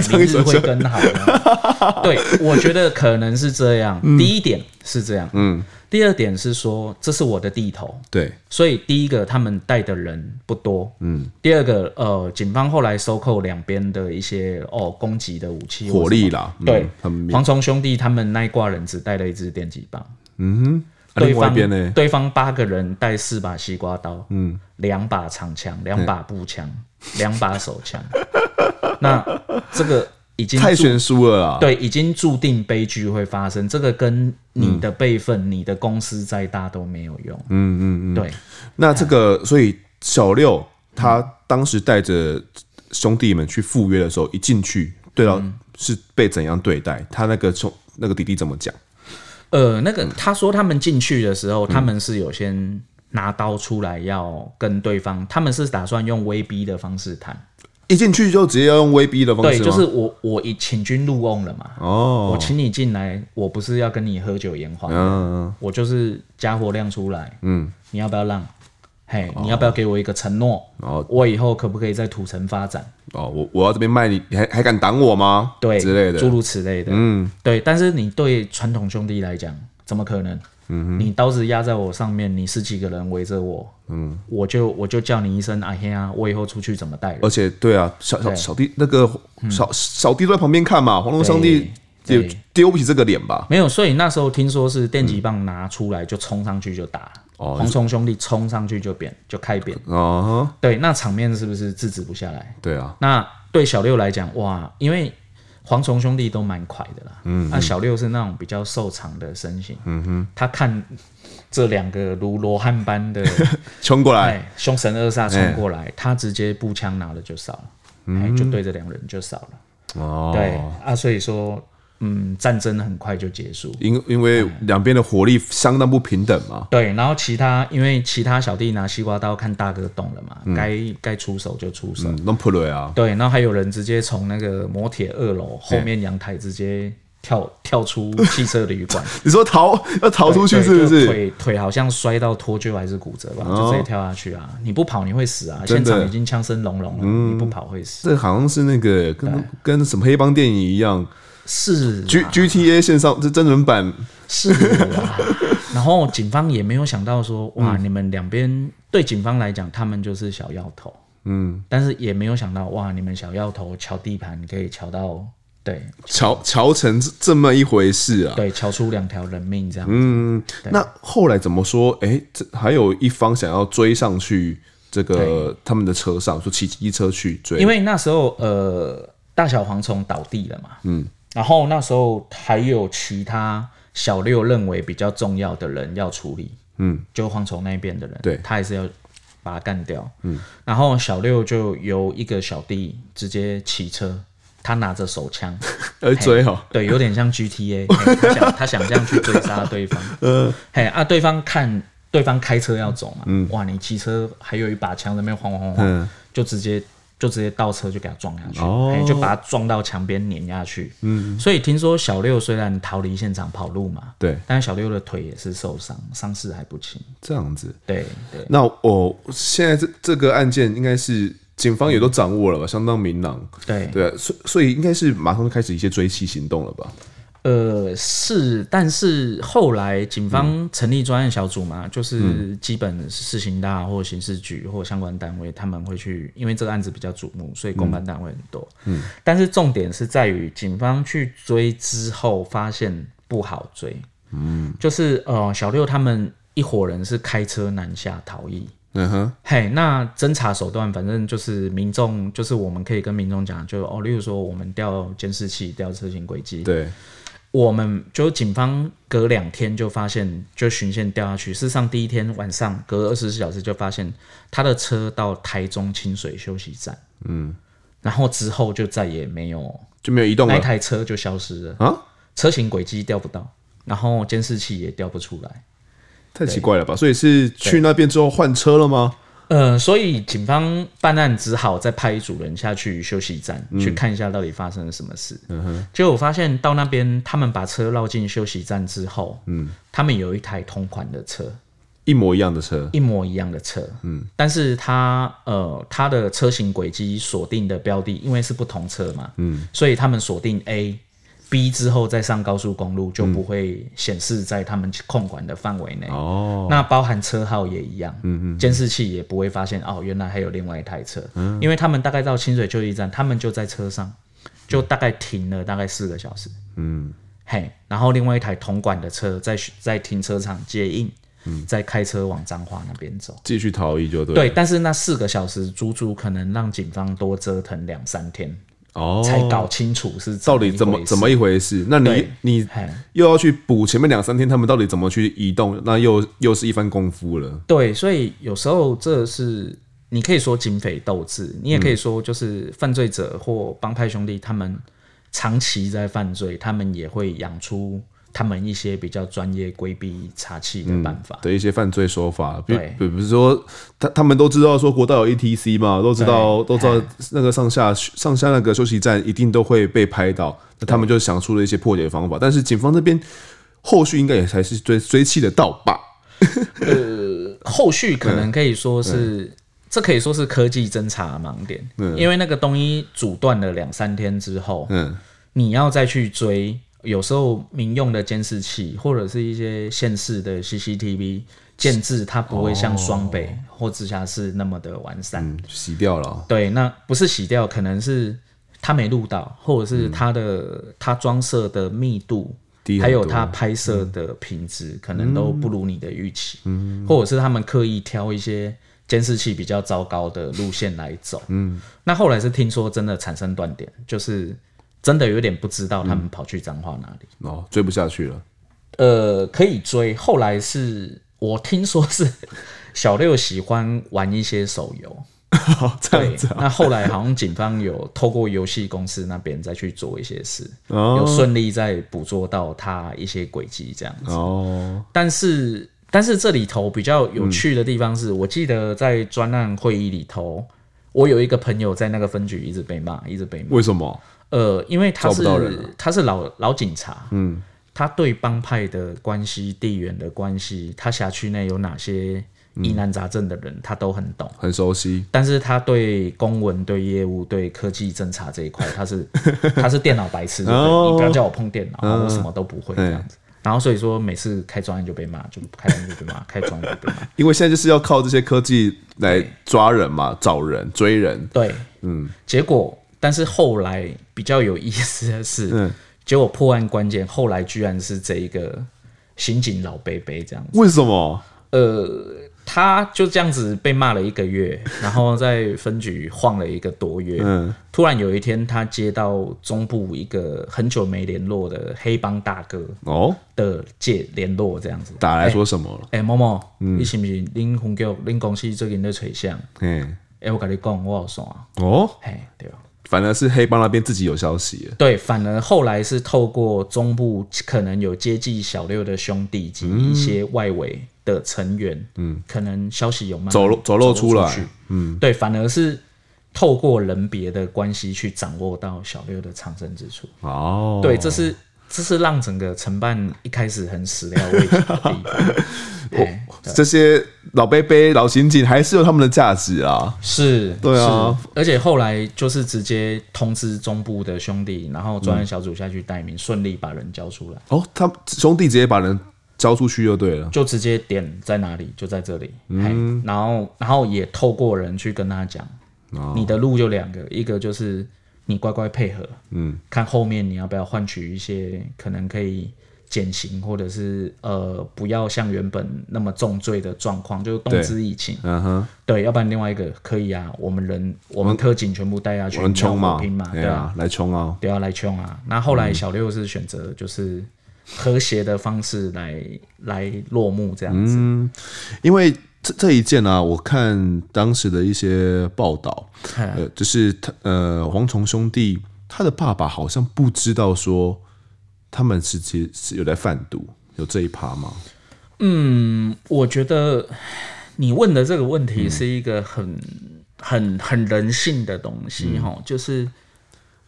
A: <laughs> 唱一
B: 明日
A: 首
B: 会更好啊。
A: <laughs>
B: 对，我觉得可能是这样。
A: 嗯
B: 第一点是这样，嗯，第二点是说这是我的地头，
A: 对，
B: 所以第一个他们带的人不多，嗯，第二个呃，警方后来收扣两边的一些哦攻击的武器或
A: 火力啦，嗯
B: 对
A: 很明
B: 蝗虫兄弟他们那一挂人只带了一支电击棒，
A: 啊
B: 对
A: 另外
B: 方
A: 一边呢，
B: 对方八个人带四把西瓜刀，嗯，两把长枪，两把步枪，两把手枪， <laughs> 那这个已经
A: 太
B: 注
A: 悬殊了啊啦。
B: 对，已经注定悲剧会发生。这个跟你
A: 嗯
B: 的辈分、你的公司再大都没有用。嗯嗯嗯，对，啊
A: 那这个，所以小六他当时带着兄弟们去赴约的时候，一进去，对到
B: 嗯
A: 是被怎样对待？他那个兄那个弟弟怎么讲？
B: 呃，那个他说他们进去的时
A: 嗯
B: 候，他们是有先拿刀出来要跟对方，他们是打算用威逼的方式谈。
A: 一进去就直接要用威逼的方
B: 对，
A: 哦式吗？
B: 就是我我已请君入瓮了嘛。我
A: 哦，
B: 请你进来，我不是要跟你喝酒言欢的，
A: 嗯，
B: 我就是家伙亮出来。嗯，你要不要让？嘿，你要不要给我一个承诺？
A: 哦
B: 我以后可不可以在土城发展？
A: 哦，我我要这边卖你，你还还敢挡我吗？
B: 对，
A: 之类的
B: 诸。如此类的。嗯，对。但是你对传统兄弟来讲，怎么可能？嗯，你刀子压在我上面，你十几个人围着我，嗯，我就我就叫你一声阿黑啊，我以后出去怎么带人？
A: 而且对啊，小小
B: 对嗯
A: 小弟那个小小弟都在旁边看嘛，黄龙兄弟
B: 对
A: 也
B: 对
A: 丢不起这个脸吧？
B: 没有，所以那时候听说是电击棒拿出来就冲上去就打，
A: 嗯哦
B: 蝗虫兄弟冲上去就扁就开扁，
A: 啊，
B: 对，那场面是不是制止不下来？
A: 对啊，
B: 那对小六来讲，哇，因为蝗虫兄弟都蛮快的啦，嗯，那小六是那种比较瘦长的身形，嗯哼，他看这两个如罗汉般 <laughs> 的
A: 冲过来，
B: 哎凶神恶煞冲过来，他直接步枪拿了就扫了，哎，就对着两人就扫了，
A: 哦，
B: 对啊，所以说，嗯，战争很快就结束。
A: 因因为两边的火力相当不平等嘛，
B: 对，然后其他因为其他小弟拿西瓜刀看大哥动了嘛，该该出手就出手，
A: 嗯，弄破了啊，
B: 对，然后还有人直接从那个摩铁二楼后面阳台直接跳跳出汽车旅馆，
A: 你说逃要逃 <laughs> 出去
B: 对
A: 是不？
B: 就是腿腿好像摔到脱臼还是骨折吧，就直接跳下去啊！你不跑你会死啊！
A: 真
B: 现
A: 的嗯
B: 场已经枪声隆隆了，你不跑会死。
A: 这好像是那个跟跟什么黑帮电影一样
B: 是
A: ，G
B: 啊
A: G T A 线上这真人版，
B: 是啊， <laughs> 然后警方也没有想到说，
A: 嗯
B: 哇，你们两边对警方来讲，他们就是小要头，嗯，但是也没有想到，哇，你们小要头敲地盘可以敲到，对
A: 乔乔成这这么一回事啊。
B: 对，敲出两条人命这样
A: 嗯，那后来怎么说？哎、这还有一方想要追上去这个他们的车上，说骑机车去追，
B: 因为那时候呃，大小蝗虫倒地了嘛，嗯，然后那时候还有其他小六认为比较重要的人要处理，嗯，就蝗虫那边的人，
A: 对
B: 他还是要把他干掉，嗯，然后小六就由一个小弟直接骑车，他拿着手枪，
A: 要去追哦、
B: 对，有点
A: <laughs>
B: 像 GTA，嘿他想他想这样去追杀对方，
A: 嗯
B: 嘿啊，对方看对方开车要走嘛，哇，你骑车还有一把枪在那边晃晃晃晃，就直接就直接倒车就给他撞下去，
A: 嗯哦
B: 嘿就把他撞到墙边碾下去，嗯，所以听说小六虽然逃离现场跑路嘛，
A: 对，
B: 但是小六的腿也是受伤，伤势还不轻，
A: 这样子。
B: 对对。
A: 那我、现在这这个案件应该是警方也都掌握了吧，相当明朗。
B: 对
A: 对啊，所所以应该是马上就开始一些追妻行动了吧？
B: 呃，是，但是后来警方成立专案小组嘛，就是基本市刑大或刑事局或相关单位，他们会去，因为这个案子比较瞩目，所以公办单位很多。嗯，但是重点是在于警方去追之后，发现不好追。嗯，就是呃，小六他们一伙人是开车南下逃逸。
A: 嗯哼，
B: 嘿，那侦查手段，反正就是民众，就是我们可以跟民众讲，就哦，例如说我们调监视器、调车型轨迹，
A: 对，
B: 我们就警方隔两天就发现，就循线掉下去。事实上，第一天晚上隔二十四小时就发现他的车到台中清水休息站，嗯，然后之后就再也没有
A: 就没有移动
B: 那
A: 了
B: 台车就消失了，
A: 啊？
B: 车型轨迹调不到，然后监视器也调不出来。
A: 太奇怪了吧？所以是去那边之后换车了吗？
B: 呃，所以警方办案只好再派一组人下去休息站、去看一下到底发生了什么事。结果我发现到那边，他们把车绕进休息站之后，嗯，他们有一台同款的车，
A: 一模一样的车，
B: 一模一样的车，嗯，但是它呃它的车型轨迹锁定的标的，因为是不同车嘛，嗯，所以他们锁定 A、B 之后再上高速公路就不会显示在他们控管的范围内。
A: 哦，
B: 那包含车号也一样，嗯嗯，监视器也不会发现哦，原来还有另外一台车，因为他们大概到清水救济站，他们就在车上，就大概停了大概四个小时，
A: 嗯，
B: 嘿，然后另外一台同管的车在在停车场接应，再开车往彰化那边走。
A: 继续逃逸就对了。
B: 对，但是那四个小时足足可能让警方多折腾两三天，
A: 哦，
B: 才搞清楚是
A: 到底怎么怎么
B: 一
A: 一回事？那你
B: 对
A: 你
B: 回事。嘿
A: 又要去补前面两三天他们到底怎么去移动，那又又是一番功夫了。
B: 对，所以有时候这是你可以说警匪斗智，你也可以说就是犯罪者或帮派兄弟他们长期在犯罪，他们也会养出他们一些比较专业规避查气的办法。
A: 的一些犯罪手法，比
B: 对
A: 比比如说，他他们都知道说国道有 ATC 嘛，都知道都知道
B: 哎
A: 那个上下上下那个休息站一定都会被拍到，那他们就想出了一些破解方法，但是警方这边后续应该也才是追追气的到吧？
B: 后续可能可以说是，这可以说是科技侦查的盲点，因为那个东西阻断了两三天之后，
A: 嗯，
B: 你要再去追，有时候民用的监视器或者是一些县市的 CCTV 建制，它不会像双北或直辖市那么的完善。
A: 哦嗯洗掉了哦，
B: 对，那不是洗掉，可能是它没录到，或
A: 嗯
B: 者是它的、它装设的密度。
A: 低
B: 还
A: 很
B: 有
A: 多嗯
B: 它拍摄的品质可能都不如你的预期，或者是他们刻意挑一些监视器比较糟糕的路线来走。嗯，那后来是听说真的产生断点，就是真的有点不知道他
A: 嗯
B: 们跑去彰化哪里。
A: 哦，追不下去了，
B: 呃，可以追。后来是我听说是小六喜欢玩一些手游，
A: 这
B: <laughs> 对
A: 样子，啊，
B: 那后来好像警方有透过游戏公司那边再去做一些事，有
A: 哦
B: 顺利再捕捉到他一些轨迹这样子。
A: 哦，
B: 但是但是这里头比较有趣
A: 嗯
B: 的地方是，我记得在专案会议里头，我有一个朋友在那个分局一直被骂，一直被骂。
A: 为什么？
B: 呃，因为他
A: 找
B: 是
A: 不到人了
B: 他是老老警察，嗯，他对帮派的关系、地缘的关系，他辖区内有哪些疑难杂症的人，他都很懂。
A: 很熟悉，
B: 但是他对公文、对业务、对科技侦查这一块，他是他是电脑白痴，对不对
A: 哦
B: 你不要叫我碰电脑，我什么都不会这样子。然后所以说每次开专案就被骂，就开专案就被骂，开专案就被骂。
A: 因为现在就是要靠这些科技来抓人嘛，找人追人，
B: 对，嗯，结果但是后来比较有意思的是，结果破案关键后来居然是这一个刑警老贝贝这样子。
A: 为什么？
B: 呃，他就这样子被骂了一个月，然后在分局晃了一个多月。
A: 嗯
B: 突然有一天，他接到中部一个很久没联络的黑帮大哥
A: 哦，
B: 的借联络，这样子。
A: 打来说什么了？
B: 哎、某某，你是不是恁分局、恁公司最近在找相？
A: 嗯，
B: 哎、我跟你讲，我有线啊。
A: 哦，
B: 哎，对吧？
A: 反而是黑帮那边自己有消息了，
B: 对，反而后来是透过中部可能有接济小六的兄弟及一些外围的成员，嗯，可能消息有慢慢
A: 走漏走漏出来
B: 去，嗯，对，反而是透过人别的关系去掌握到小六的藏身之处。
A: 哦，
B: 对，这是这是让整个承办一开始很始料未及的
A: <laughs>
B: 地方。对，
A: 这些老贝贝、老刑警还是有他们的价值啊，
B: 是，
A: 对啊
B: 是，而且后来就是直接通知中部的兄弟，然后专案小组下去待命，顺、利把人交出来。
A: 哦，他们兄弟直接把人交出去就对了，
B: 就直接点在哪里，就在这里。嗯，然后然后也透过人去跟他讲，
A: 哦
B: 你的路就两个，一个就是你乖乖配合，嗯，看后面你要不要换取一些可能可以减刑，或者是呃不要像原本那么重罪的状况，就是动之以情。
A: 嗯哼，
B: 对，要不然另外一个可以啊，我们人我们特警全部带下去，
A: 我们冲
B: 嘛
A: 嘛，，
B: 拼嘛，
A: 对
B: 对啊，
A: 啊，来冲啊，
B: 不要来穷啊。那后来小六是选择就是和谐的方式来来落幕这
A: 嗯
B: 样子。
A: 因为这这一件呢、啊，我看当时的一些报道，
B: 嗯
A: 呃，就是他呃黄虫兄弟他的爸爸好像不知道说他们是其实是有在贩毒，有这一趴吗？
B: 我觉得你问的这个问
A: 嗯
B: 题是一个很、很很人性的东
A: 嗯
B: 西哈、就是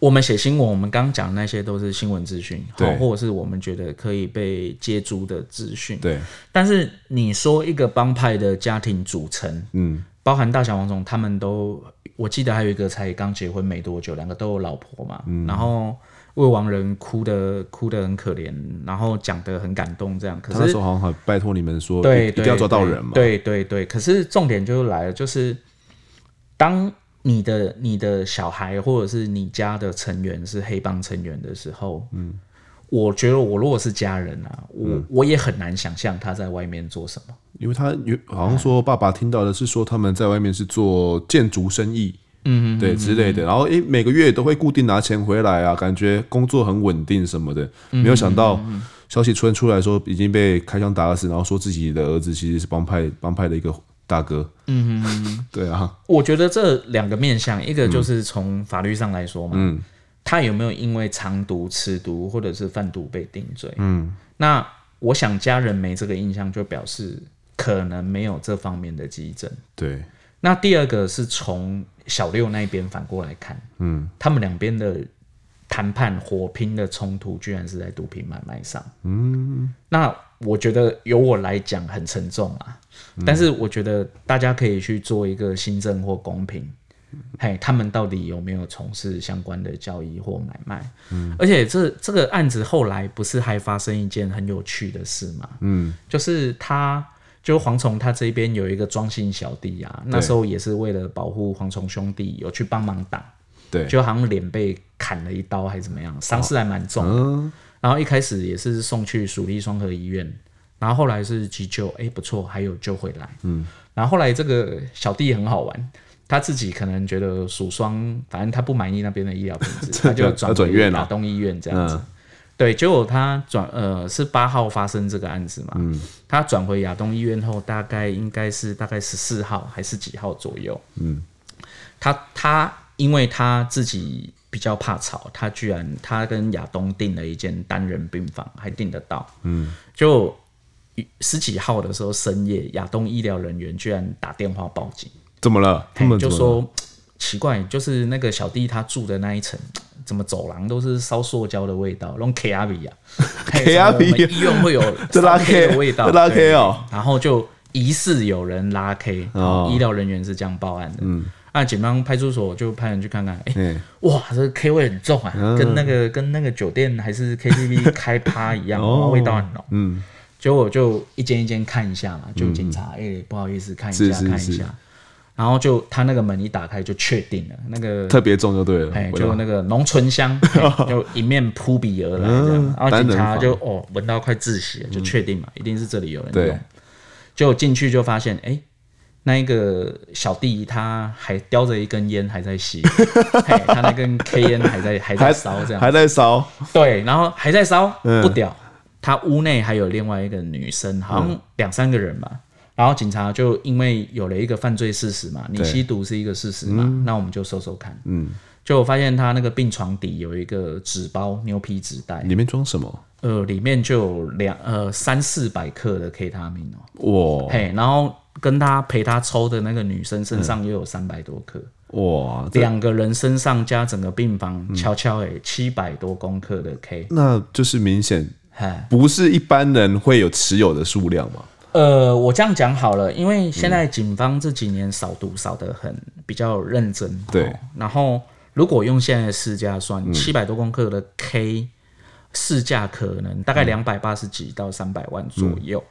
B: 我们写新闻，我们刚讲那些都是新闻资讯，齁
A: 对
B: 或者是我们觉得可以被接触的资讯。
A: 对，
B: 但是你说一个帮派的家庭组成，
A: 嗯，
B: 包含大小王总，他们都，我记得还有一个才刚结婚没多久，两个都有老婆嘛，
A: 嗯
B: 然后为亡人哭的哭的很可怜，然后讲的很感动，这样。可
A: 他那
B: 是
A: 时候好像还拜托你们说，
B: 对，
A: 一定
B: 对
A: 要抓到人嘛。
B: 对对对，可是重点就来了，就是当你的你的小孩或者是你家的成员是黑帮成员的时候，嗯，我觉得我如果是家人啊，我、
A: 嗯
B: 我也很难想象他在外面做什么。
A: 因为他有好像说爸爸听到的是说他们在外面是做建筑生意，嗯，对之类的，然后诶、每个月都会固定拿钱回来啊，感觉工作很稳定什么
B: 嗯
A: 的，没有想到消息传出来说已经被开枪打死，然后说自己的儿子其实是帮派帮派的一个大哥，嗯，对啊，
B: 我觉得这两个面向，一个就是从法律上来说嘛，
A: 嗯
B: 他有没有因为藏毒、持毒或者是贩毒被定罪？嗯，那我想家人没这个印象，就表示可能没有这方面的基证。
A: 对，
B: 那第二个是从小六那边反过来看，嗯，他们两边的谈判火拼的冲突，居然是在毒品买卖上，嗯，那我觉得由我来讲很沉重啊，但是我觉得大家可以去做一个新政或公平。嘿，他们到底有没有从事相关的交易或买卖？嗯，而且这这个案子后来不是还发生一件很有趣的事吗？就是他，就是蝗虫他这边有一个庄姓小弟啊，那时候也是为了保护蝗虫兄弟，有去帮忙挡，
A: 对，
B: 就好像脸被砍了一刀还是怎么样，伤势还蛮重的。然后一开始也是送去蜀立双河医院，然后后来是急救，哎、不错，还有救回来。嗯，然后后来这个小弟很好玩。他自己可能觉得蜀双，反正他不满意那边的医疗品 <laughs> 质，他就
A: 他
B: 转
A: 转
B: 回
A: 院了
B: 打东医院嗯这样子。对，结果他转呃是八号发生这个案子嘛，他转回亚东医院后，大概应该是大概十四号还是几号左右，嗯，他他因为他自己比较怕吵，他居然他跟亚东订了一间单人病房，还订得到，嗯，就十几号的时候深夜，亚东医疗人员居然打电话报警。
A: 怎么了？他
B: 嘿
A: 们
B: 哎就
A: 怎么了
B: 说奇怪，就是那个小弟他住的那一层，怎么走廊都是烧塑胶的味道，那种 K
A: <laughs>
B: R V 啊
A: K R V
B: 嘿什么我们医院会有
A: <laughs> 这拉
B: 烧 K
A: K
B: 的味道，
A: 这拉 K
B: 对
A: 哦，
B: 然后就疑似有人拉 K，然后医疗人员是这样报案的，嗯，那警方派出所就派人去看看，哎、
A: 嗯
B: 哇，这个 K 味很重啊，跟那个跟那个酒店还是
A: <laughs>
B: KTV 开趴一样，
A: 哦
B: 味道很浓，
A: 嗯，
B: 结果我就一间一间看一下嘛，就警察，哎、不好意思，看一下
A: 是是
B: 看
A: 是
B: 一下，然后就他那个门一打开就确定了，那个
A: 特别重就对了，
B: 哎、
A: 我
B: 就那个浓
A: <laughs>
B: 醇香、哎就迎面扑鼻而来，这样，然后
A: 嗯单
B: 警
A: 人
B: 察
A: 房嗯
B: 就哦闻到快窒息了，就确定嘛，一定是这里有人
A: 对
B: 用，就进去就发现，哎、那一个小弟他还叼着一根烟还在
A: <laughs>
B: 吸，嘿他那根 K 烟还在还在
A: 还
B: 烧这样，
A: 还在烧，
B: 对，然后还在烧，
A: 嗯
B: 不屌。他屋内还有另外一个女生，好像两三个人
A: 嗯
B: 吧。然后警察就因为有了一个犯罪事实嘛，你
A: 对
B: 吸毒是一个事实嘛，那我们就搜搜看。嗯，就我发现他那个病床底有一个纸包牛皮纸袋，
A: 里面装什么？
B: 呃，里面就有两呃三四百克的 K 他命哦、
A: 哇
B: 嘿，然后跟他陪他抽的那个女生身上又有三百多克。
A: 哇，这
B: 两个人身上加整个病房，悄悄诶，七百多公克的 K，
A: 那就是明显
B: 嘿，
A: 不是一般人会有持有的数量嘛？
B: 呃，我这样讲好了，因为现在警方这几年扫毒扫得很比较认真，
A: 对嗯
B: 哦然后如果用现在的市价算，七百、多公克的 K 市价可能
A: 嗯
B: 大概两百八十几到三百万左右。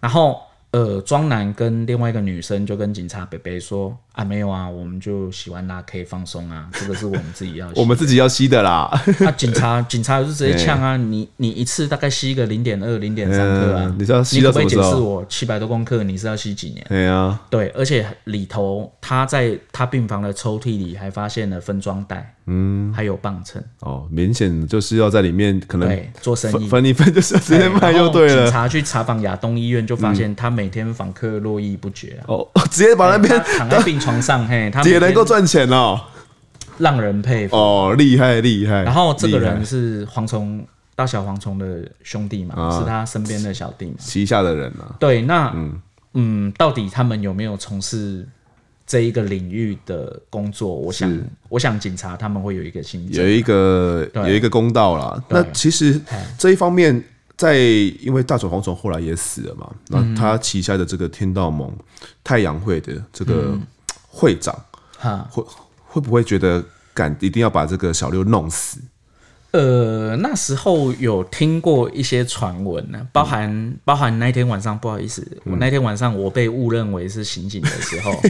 B: 然后呃，庄男跟另外一个女生就跟警察北北说啊，没有啊，我们就喜欢拉 K 放松啊，这个是我们自
A: <laughs>
B: 己要
A: 我们自己要吸的
B: <laughs>
A: 啦， <laughs>
B: 啊，警察警察就直接呛啊！你你一次大概吸一个零点二、零点三克啊
A: 嗯，你知道吸到
B: 可不可以
A: 什
B: 解
A: 么时
B: 释
A: 候
B: 我七百多公克你是要吸几年？
A: 哎呀，
B: 对，而且里头他在他病房的抽屉里还发现了分装袋，嗯，还有磅秤，
A: 哦，明显就是要在里面可能
B: 对，做生
A: 分
B: 意。
A: 分一分就是要直接
B: 对
A: 卖
B: 哎然
A: 就
B: 后
A: 对
B: 警
A: 了。
B: 察去查访亚东医院，就发现他每天访客络绎不绝
A: <laughs>
B: 啊，
A: 哦，直接把那边
B: 他躺在病床上，嘿，他
A: 也
B: 每
A: 能够
B: 天
A: 赚钱哦，
B: 让人佩服。
A: 哦，厉害厉害。
B: 然后这个
A: 厉害
B: 人是蝗虫大小蝗虫的兄弟嘛，
A: 啊
B: 是他身边的小弟嘛。
A: 旗下的人啊，
B: 对，那嗯到底他们有没有从事这一个领域的工作？我想，我想警察他们会有一个心
A: 有
B: 结。
A: 一个有一个公道啦。那其实这一方面，在因为大手蝗虫后来也死了嘛，
B: 嗯
A: 那他旗下的这个天道盟太阳会的这个会长，
B: 嗯哈，
A: 会会不会觉得敢一定要把这个小六弄死？
B: 呃，那时候有听过一些传闻呢，包含、包含那天晚上，不好意思，我那天晚上我被误认为是刑警的时候，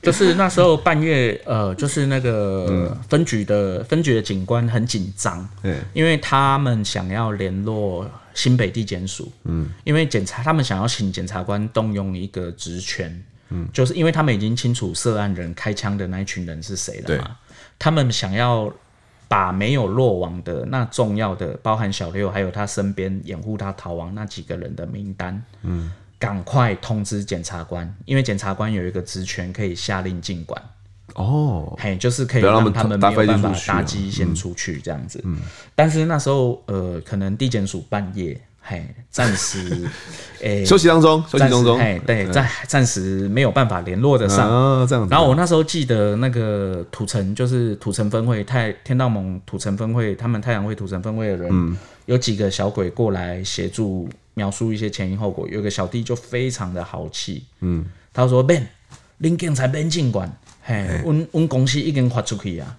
B: 就是那时候半夜，呃，就是那个分局的、分局的警官很紧张，
A: 对，
B: 因为他们想要联络新北地检署，嗯，因为检察他们想要请检察官动用一个职权，嗯，就是因为他们已经清楚涉案人开枪的那一群人是谁了嘛，他们想要把没有落网的那重要的，包含小六还有他身边掩护他逃亡那几个人的名单，嗯，赶快通知检察官，因为检察官有一个职权可以下令禁管。
A: 哦，
B: 嘿，就是可以
A: 不要让
B: 让
A: 他
B: 他
A: 们
B: 们
A: 搭
B: 没有办法
A: 飞机出去啊嗯
B: 搭机先出去这样子。但是那时候呃，可能地检署半夜，嘿，暂
A: <laughs>
B: 时，诶、
A: 休息当中，休息
B: 暂
A: 当
B: 时，
A: 中，嗯
B: 嘿，对，暂暂时没有办法联络得上。
A: 啊，这样子。
B: 然后我那时候记得那个土城，就是土城分会太天道盟土城分会，他们太阳会土城分会的人，
A: 嗯
B: 有几个小鬼过来协助描述一些前因后果。有一个小弟就非常的豪气，嗯，他说：“Ben，恁警察免尽管，嘿，
A: 哎
B: 阮阮公司已经发出去啊。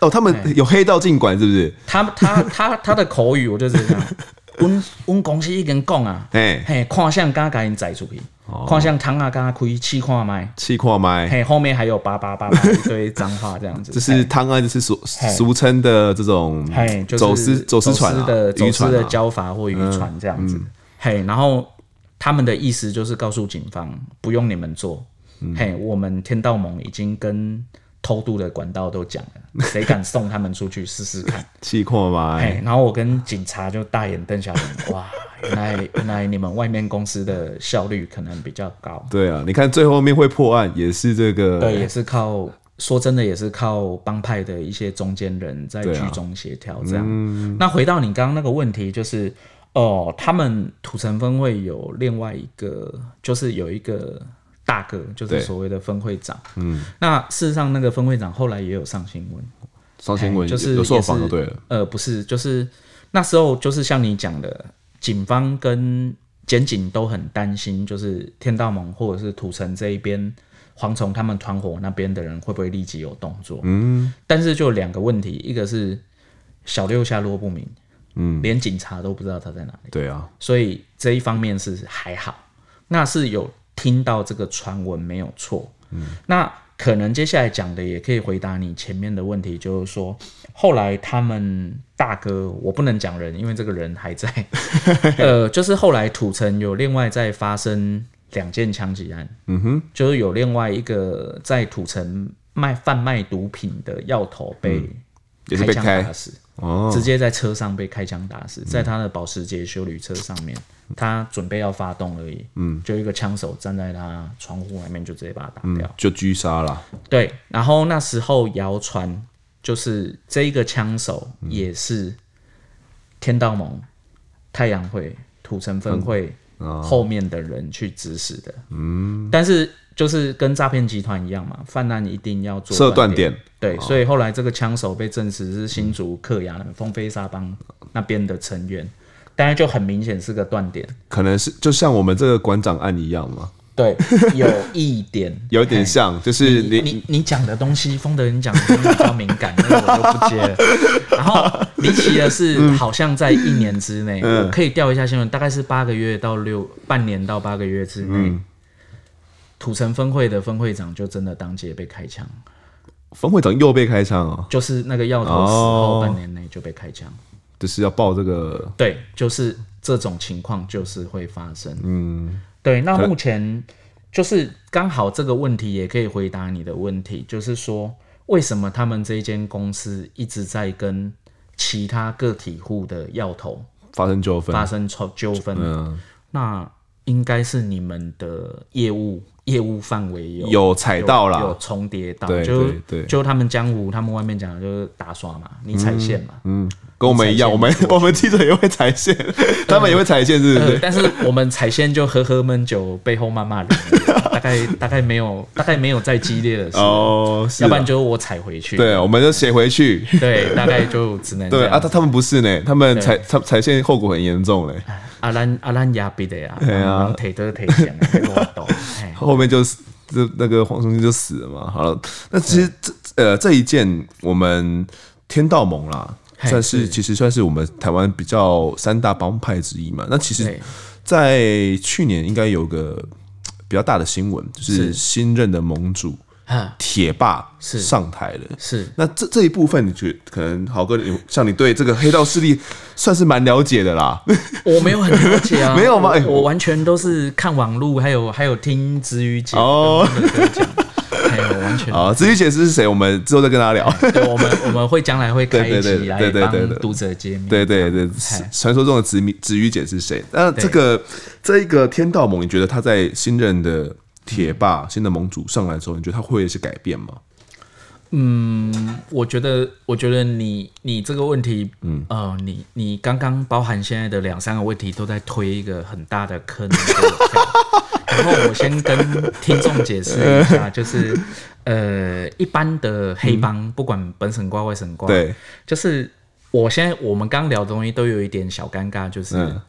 A: 哦，他们有黑道进馆是不是？”
B: 他他他他的口语我就是这样， <laughs> 阮阮公司已经讲啊，
A: 嘿哦
B: 嘿，看向敢甲因载出去，看向窗啊敢开试看麦。
A: 气矿麦，
B: 嘿，后面还有八八八八一堆脏话这样
A: <laughs>
B: 子，
A: 这是汤安，就是俗俗称的这种
B: 嘿，就是
A: 走私走私船啊嗯
B: 的
A: 渔
B: 走私
A: 船
B: 的
A: 啊。
B: 教法或渔船这样子。嘿，然后他们的意思就是告诉警方，不用你们做。
A: 嗯
B: 嘿，我们天道盟已经跟偷渡的管道都讲
A: <laughs>
B: 了，谁敢送他们出去试试看？
A: 气矿麦，
B: 嘿，然后我跟警察就大眼瞪小眼，哇，原来原来你们外面公司的效率可能比较高，
A: 对啊，你看最后面会破案，也是这个
B: 对，也是靠。说真的，也是靠帮派的一些中间人在
A: 对
B: 居
A: 啊嗯
B: 中协调这样。那回到你刚刚那个问题，就是哦，他们土城分会有另外一个，就是有一个大哥，就
A: 对
B: 是所谓的分会长。嗯，那事实上那个分会长后来也有上新闻，
A: 上新闻
B: 哎就是
A: 有受访
B: 也
A: 就是对了。
B: 呃，不是，就是那时候就是像你讲的，警方跟检警都很担心，就是天道盟或者是土城这一边，蝗虫他们团伙那边的人会不会立即有动作？嗯，但是就有两个问题，一个是小六下落不明，嗯，连警察都不知道他在哪里，
A: 对啊，
B: 所以这一方面是还好，那是有听到这个传闻没有错，嗯，那可能接下来讲的也可以回答你前面的问题，就是说后来他们大哥，我不能讲人，因为这个
A: <laughs>
B: 人还在，呃，就是后来土城有另外再发生两件枪击案，嗯哼，就是有另外一个在土城卖贩卖毒品的药头被、
A: 嗯也是被
B: 枪
A: 开
B: 打死，
A: 哦，
B: 直接在车上被开枪打死，在他的保时捷修理车上面，他准备要发动而已，嗯，就一个枪手站在他窗户外面，就直接把他打掉。
A: 就狙杀了。
B: 对，然后那时候谣传就是这一个枪手
A: 嗯
B: 也是天道盟、太阳会、土城分会
A: 哦
B: 后面的人去指使的，嗯，但是就是跟诈骗集团一样嘛，犯案一定要做
A: 设断
B: 断
A: 点，哦
B: 对，所以后来这个枪手被证实是新竹客雅人风飞沙
A: 嗯
B: 帮那边的成员，当然就很明显是个断点，
A: 可能是就像我们这个馆长案一样嘛， <laughs>
B: 对，有一点。
A: 有点像，就是
B: 哎
A: 你
B: 你你你讲的东西，风德你讲的东西比较敏感，那个我就不接了。然后离奇的是，好像在一年之内，我可以调一下新闻，大概是八个月到六半年到八个月之内，土城分会的分会长就真的当街被开枪，
A: 冯会长又被开枪哦，
B: 就是那个药头死
A: 哦
B: 后半年内就被开枪。
A: 就是要报这个
B: 对，就是这种情况就是会发生。嗯，对。那目前就是刚好这个问题也可以回答你的问题，就是说为什么他们这一间公司一直在跟其他个体户的药头
A: 发生纠纷
B: 发，生纠纠纷？
A: 嗯，
B: 那应该是你们的业务业务范围有
A: 有踩到
B: 有有
A: 啦，
B: 重叠到，
A: 对
B: 就
A: 对对
B: 就他们江湖，他们外面讲的就是打耍嘛，你踩线嘛，嗯，
A: 跟我们一样，我们我们记者也会踩线， <laughs> 他们也会踩线，是不
B: 呃，
A: 是？
B: 但是我们采先就呵呵闷酒，背后骂骂人而已，大概大概没有大概没有再激烈的事，
A: 哦，是啊
B: 嗯要不然就是我踩回去，
A: 对，我们就写回
B: <laughs>
A: 去。
B: 对，大概就只能
A: 对
B: 这
A: 啊，
B: 样
A: 他他们不是呢，他们
B: 对
A: 踩踩踩线后果很严重嘞，
B: 阿兰阿兰亚比的呀，
A: 对啊
B: 我们腿都腿闲了，
A: <laughs>
B: 我懂，哎
A: 后面就是这那个黄宗基就死了嘛。好了，那其实这呃这一件我们天道盟啦，
B: 嘿
A: 算是
B: 是
A: 其实算是我们台湾比较三大帮派之一嘛。那其实
B: 对，
A: 在去年应该有个比较大的新闻，就是
B: 是
A: 新任的盟主
B: 啊，
A: 铁霸
B: 是
A: 上台了。
B: 是
A: 那这这一部分，你觉得可能豪哥，你像你对这个黑道势力算是蛮了解的啦。
B: 我没有很了解啊，
A: <laughs> 没有吗
B: 我
A: 哎我
B: 我完全都是看网路，还有还有听子瑜姐
A: 哦
B: <laughs> 哦，跟他们讲，还有完全。
A: 好，至于解释是谁，我们之后再跟大家聊。
B: 对，我们我们会将来会开
A: 对
B: 一
A: 对
B: 集来
A: 对对对对
B: 帮
A: 对
B: 读者揭秘。
A: 对对对，是传说中的子米子瑜姐是谁？那这个这一个天道盟，你觉得他在新任的铁
B: 嗯
A: 霸、新的盟主上来之后，你觉得他会有一些改变吗？
B: 我觉得，我觉得你你这个问题，嗯，呃，你你刚刚包含现在的两三个问题都在推一个很大的
A: <laughs>
B: 坑给我跳。然后我先跟听众解释
A: <laughs>
B: 一下，就是呃，一般的黑帮，不管本省挂外省挂，
A: 嗯对，
B: 就是我现在我们刚聊的东西都有一点小尴尬，就是、
A: 嗯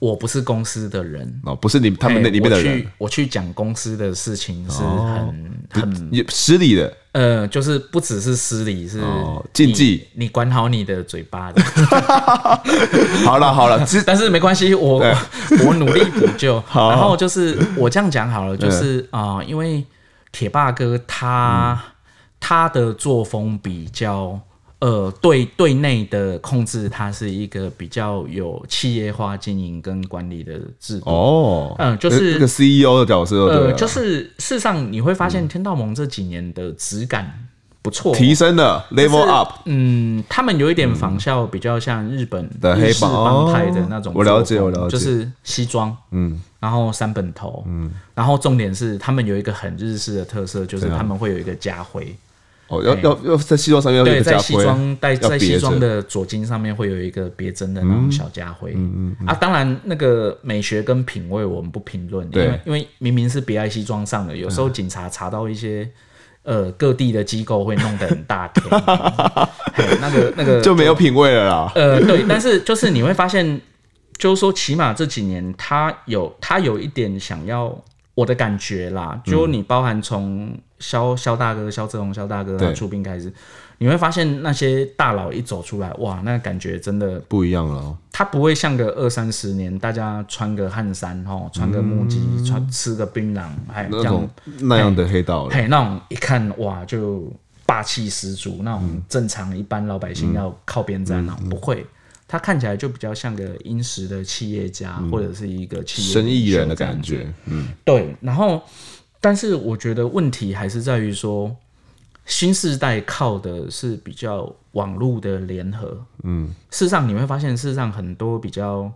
B: 我不是公司的人，
A: 哦，不是你他们
B: 哎
A: 那里面的
B: 我
A: 人哦
B: 去，我去讲公司的事情是很、很
A: 也失礼的
B: 呃，就是不只是失礼，是
A: 哦禁忌
B: 你，你管好你的嘴巴的。 <laughs>
A: 好了好了，其实
B: 但是没关系，我
A: <laughs> 对
B: 我努力补救。
A: <laughs> 好嗯
B: 然后就是我这样讲好了，就是啊、呃因为铁霸哥他、他的作风比较。呃，对对内的控制，它是一个比较有企业化经营跟管理的制度。
A: 哦，
B: 嗯就是
A: 那个 CEO 的角色就对啊了，
B: 呃，就是事实上你会发现，天道盟这几年的质感不错，
A: 提升了 level up
B: 嗯，他们有一点仿效，比较像日本
A: 的黑帮
B: 日式帮派的那种
A: 哦我了解
B: 作
A: 我
B: 风
A: 了解
B: 就是西装，嗯，然后三本头，嗯，然后重点是他们有一个很日式的特色，就是
A: 啊
B: 他们会有一个家徽，
A: 哦，要
B: 哎
A: 要要在西装上面要有一
B: 对，
A: 个
B: 在
A: 家
B: 西
A: 徽，
B: 装在
A: 要
B: 在
A: 别
B: 西装
A: 着
B: 的左襟上面会有一个别针的那种小家徽，嗯嗯啊，当然那个美学跟品味我们不评论，因
A: 对嗯
B: 为因为明明是别爱西装上的，有时候警察查到一些。呃，各地的机构会弄得很
A: <laughs>
B: 大条，嘿那个那个
A: 就没有品味了啦。
B: 呃，对，但是就是你会发现，就是说，起码这几年他有他有一点想要我的感觉啦，
A: 嗯
B: 就你包含从肖肖大哥、肖志宏、肖大哥
A: 对
B: 他出兵开始，你会发现那些大佬一走出来，哇，那感觉真的
A: 不一样了哦，
B: 他不会像个二三十年，大家穿个汗衫哦，穿个木屐，穿吃个槟榔，还
A: 嗯那
B: 这样
A: 种那样的黑道了，
B: 嘿，那种一看哇就霸气十足，那种正常一般老百姓要靠边站
A: 嗯
B: 那种，不会。他看起来就比较像个殷实的企业家，或者是一个企业
A: 嗯生意人的
B: 领袖这样
A: 感觉，
B: 对，然后，但是我觉得问题还是在于说，新时代靠的是比较网络的联合。嗯，事实上你会发现，事实上很多比较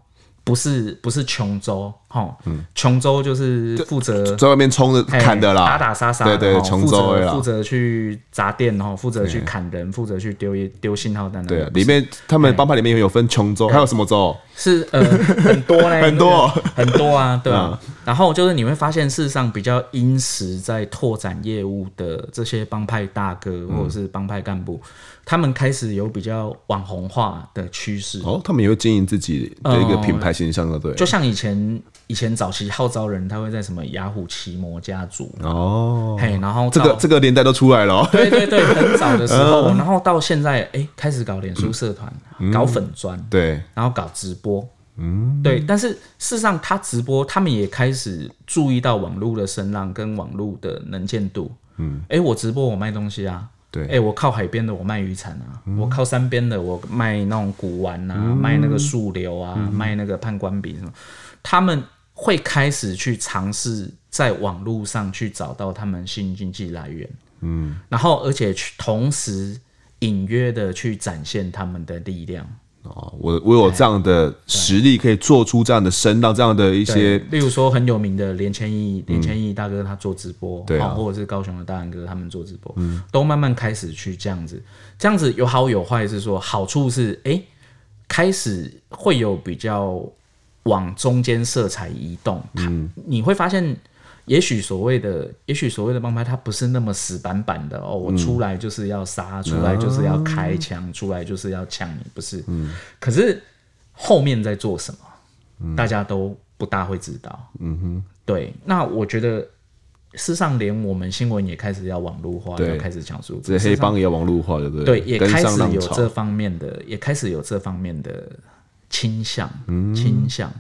B: 不是不是琼州，哈，
A: 嗯
B: 琼州就是负责
A: 在外面冲着
B: 嘿
A: 砍的啦，
B: 哎打打杀杀，
A: 对对，
B: 哦
A: 琼
B: 负责
A: 州的啦
B: 负，责去砸店，然后负责去砍人，负责去丢一丢信号弹。
A: 对啊，里面他们帮派里面有分琼州，还有什么州？
B: 是呃很多嘞，
A: <laughs> 很多嗯
B: 那个很
A: <laughs>
B: 多啊，对啊。然后就是你会发现，事实上比较殷实在拓展业务的这些帮派大哥或者
A: 嗯
B: 是帮派干部，他们开始有比较网红化的趋势。
A: 哦，他们也会经营自己的一个品牌形象的，对，
B: 就像以前以前早期号召人，他会在什么雅虎奇摩家族，
A: 哦，
B: 嘿，然后
A: 这
B: 到
A: 个这个年代都出来了
B: <laughs>
A: 哦，
B: 对对对，很早的时候，然后到现在，哎、开始搞脸书社团，搞粉砖，
A: 对，
B: 然后搞直播，嗯，对。但是事实上，他直播，他们也开始注意到网络的声浪跟网络的能见度，嗯，哎、我直播我卖东西啊。
A: 对
B: 哎、我靠海边的我卖渔产啊，我靠山边的我卖那种古玩啊，卖那个树瘤啊，卖那个判官笔什么，他们会开始去尝试在网络上去找到他们新经济来源，嗯，然后而且去同时隐约的去展现他们的力量，
A: 哦，我我有这样的实力，可以做出这样的声浪，这样的一
B: 对
A: 些，嗯
B: 例如说很有名的连千亿，连千亿大哥他做直播，
A: 对啊嗯
B: 哦或者是高雄的大安哥他们做直播，都慢慢开始去这样子，这样子有好有坏，是说好处是，哎、开始会有比较往中间色彩移动，它、
A: 嗯
B: 你会发现，也许所谓的，也许所谓的帮派，它不是那么死板板的
A: 嗯
B: 哦，我出来就是要杀，出来就是要开枪，出来就是要呛你，不是？
A: 嗯
B: 可是后面在做什么，
A: 嗯
B: 大家都不大会知道。嗯哼，对。那我觉得，事实上，连我们新闻也开始要网络化，
A: 对
B: 要开始讲述
A: 这黑帮也网路化，对不
B: 对，
A: 对？
B: 也
A: 跟
B: 开
A: 上
B: 始
A: 浪
B: 有
A: 潮
B: 这方面的，也开始有这方面的倾向，
A: 嗯
B: 倾向。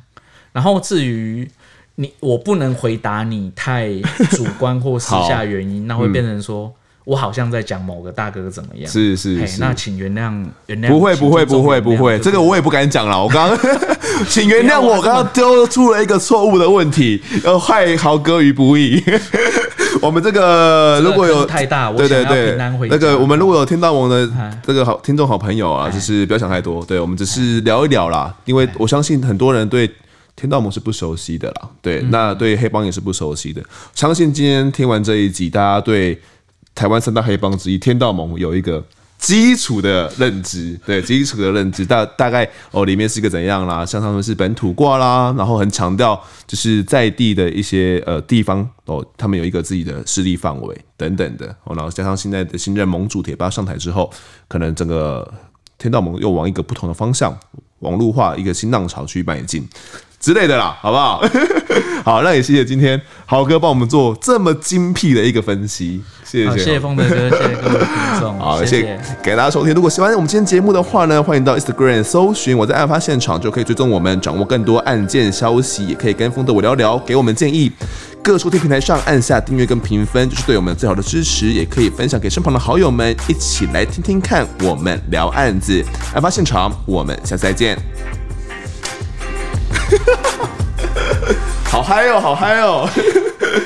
B: 然后至于你，我不能回答你太主观或私
A: <laughs> 好嗯
B: 下原因，那会变成说、我好像在讲某个大哥怎么样。
A: 是是
B: 嘿
A: 是，
B: 那请原谅，原谅。
A: 不会
B: 请
A: 不会
B: 尊重
A: 不会
B: 原谅
A: 不会，
B: 就
A: 这个我也不敢讲了。我刚
B: <laughs>
A: 刚，请原谅我，刚刚丢出了一个错误的问题，呃，害豪哥于不义。 <laughs> 我们这个
B: 这个
A: 如果有
B: 坑太大我
A: 对对
B: 想要
A: 对
B: 平安，回
A: 那个
B: 家
A: 我们如果有听到我们的
B: 哎
A: 这个好听众好朋友啊，就是不要想太多，对我们只
B: 啊
A: 是聊一聊啦，因为我相信很多人对。天道盟是不熟悉的啦，对，
B: 嗯
A: 那对黑帮也是不熟悉的。相信今天听完这一集，大家对台湾三大黑帮之一天道盟有一个基础的认知，对基础的认知，大大概哦里面是一个怎样啦，像他们是本土挂啦，然后很强调就是在地的一些呃地方哦，他们有一个自己的势力范围等等的哦，然后加上现在的新任盟主铁巴上台之后，可能整个天道盟又往一个不同的方向，网络化一个新浪潮去迈进。之类的啦，好不好？ <laughs> 好，那也谢谢今天豪哥帮我们做这么精辟的一个分析，谢
B: 好
A: 谢，
B: 谢谢风德哥，谢谢各位听众，
A: 好，
B: 谢
A: 谢
B: 谢
A: 谢。给大家收听。如果喜欢我们今天节目的话呢，欢迎到 Instagram 搜寻我在案发现场，就可以追踪我们，掌握更多案件消息，也可以跟风的我聊聊，给我们建议。各收听平台上按下订阅跟评分，就是对我们最好的支持，也可以分享给身旁的好友们，一起来听听看我们聊案子。案发现场，我们下次再见。好嗨哦，好嗨哦！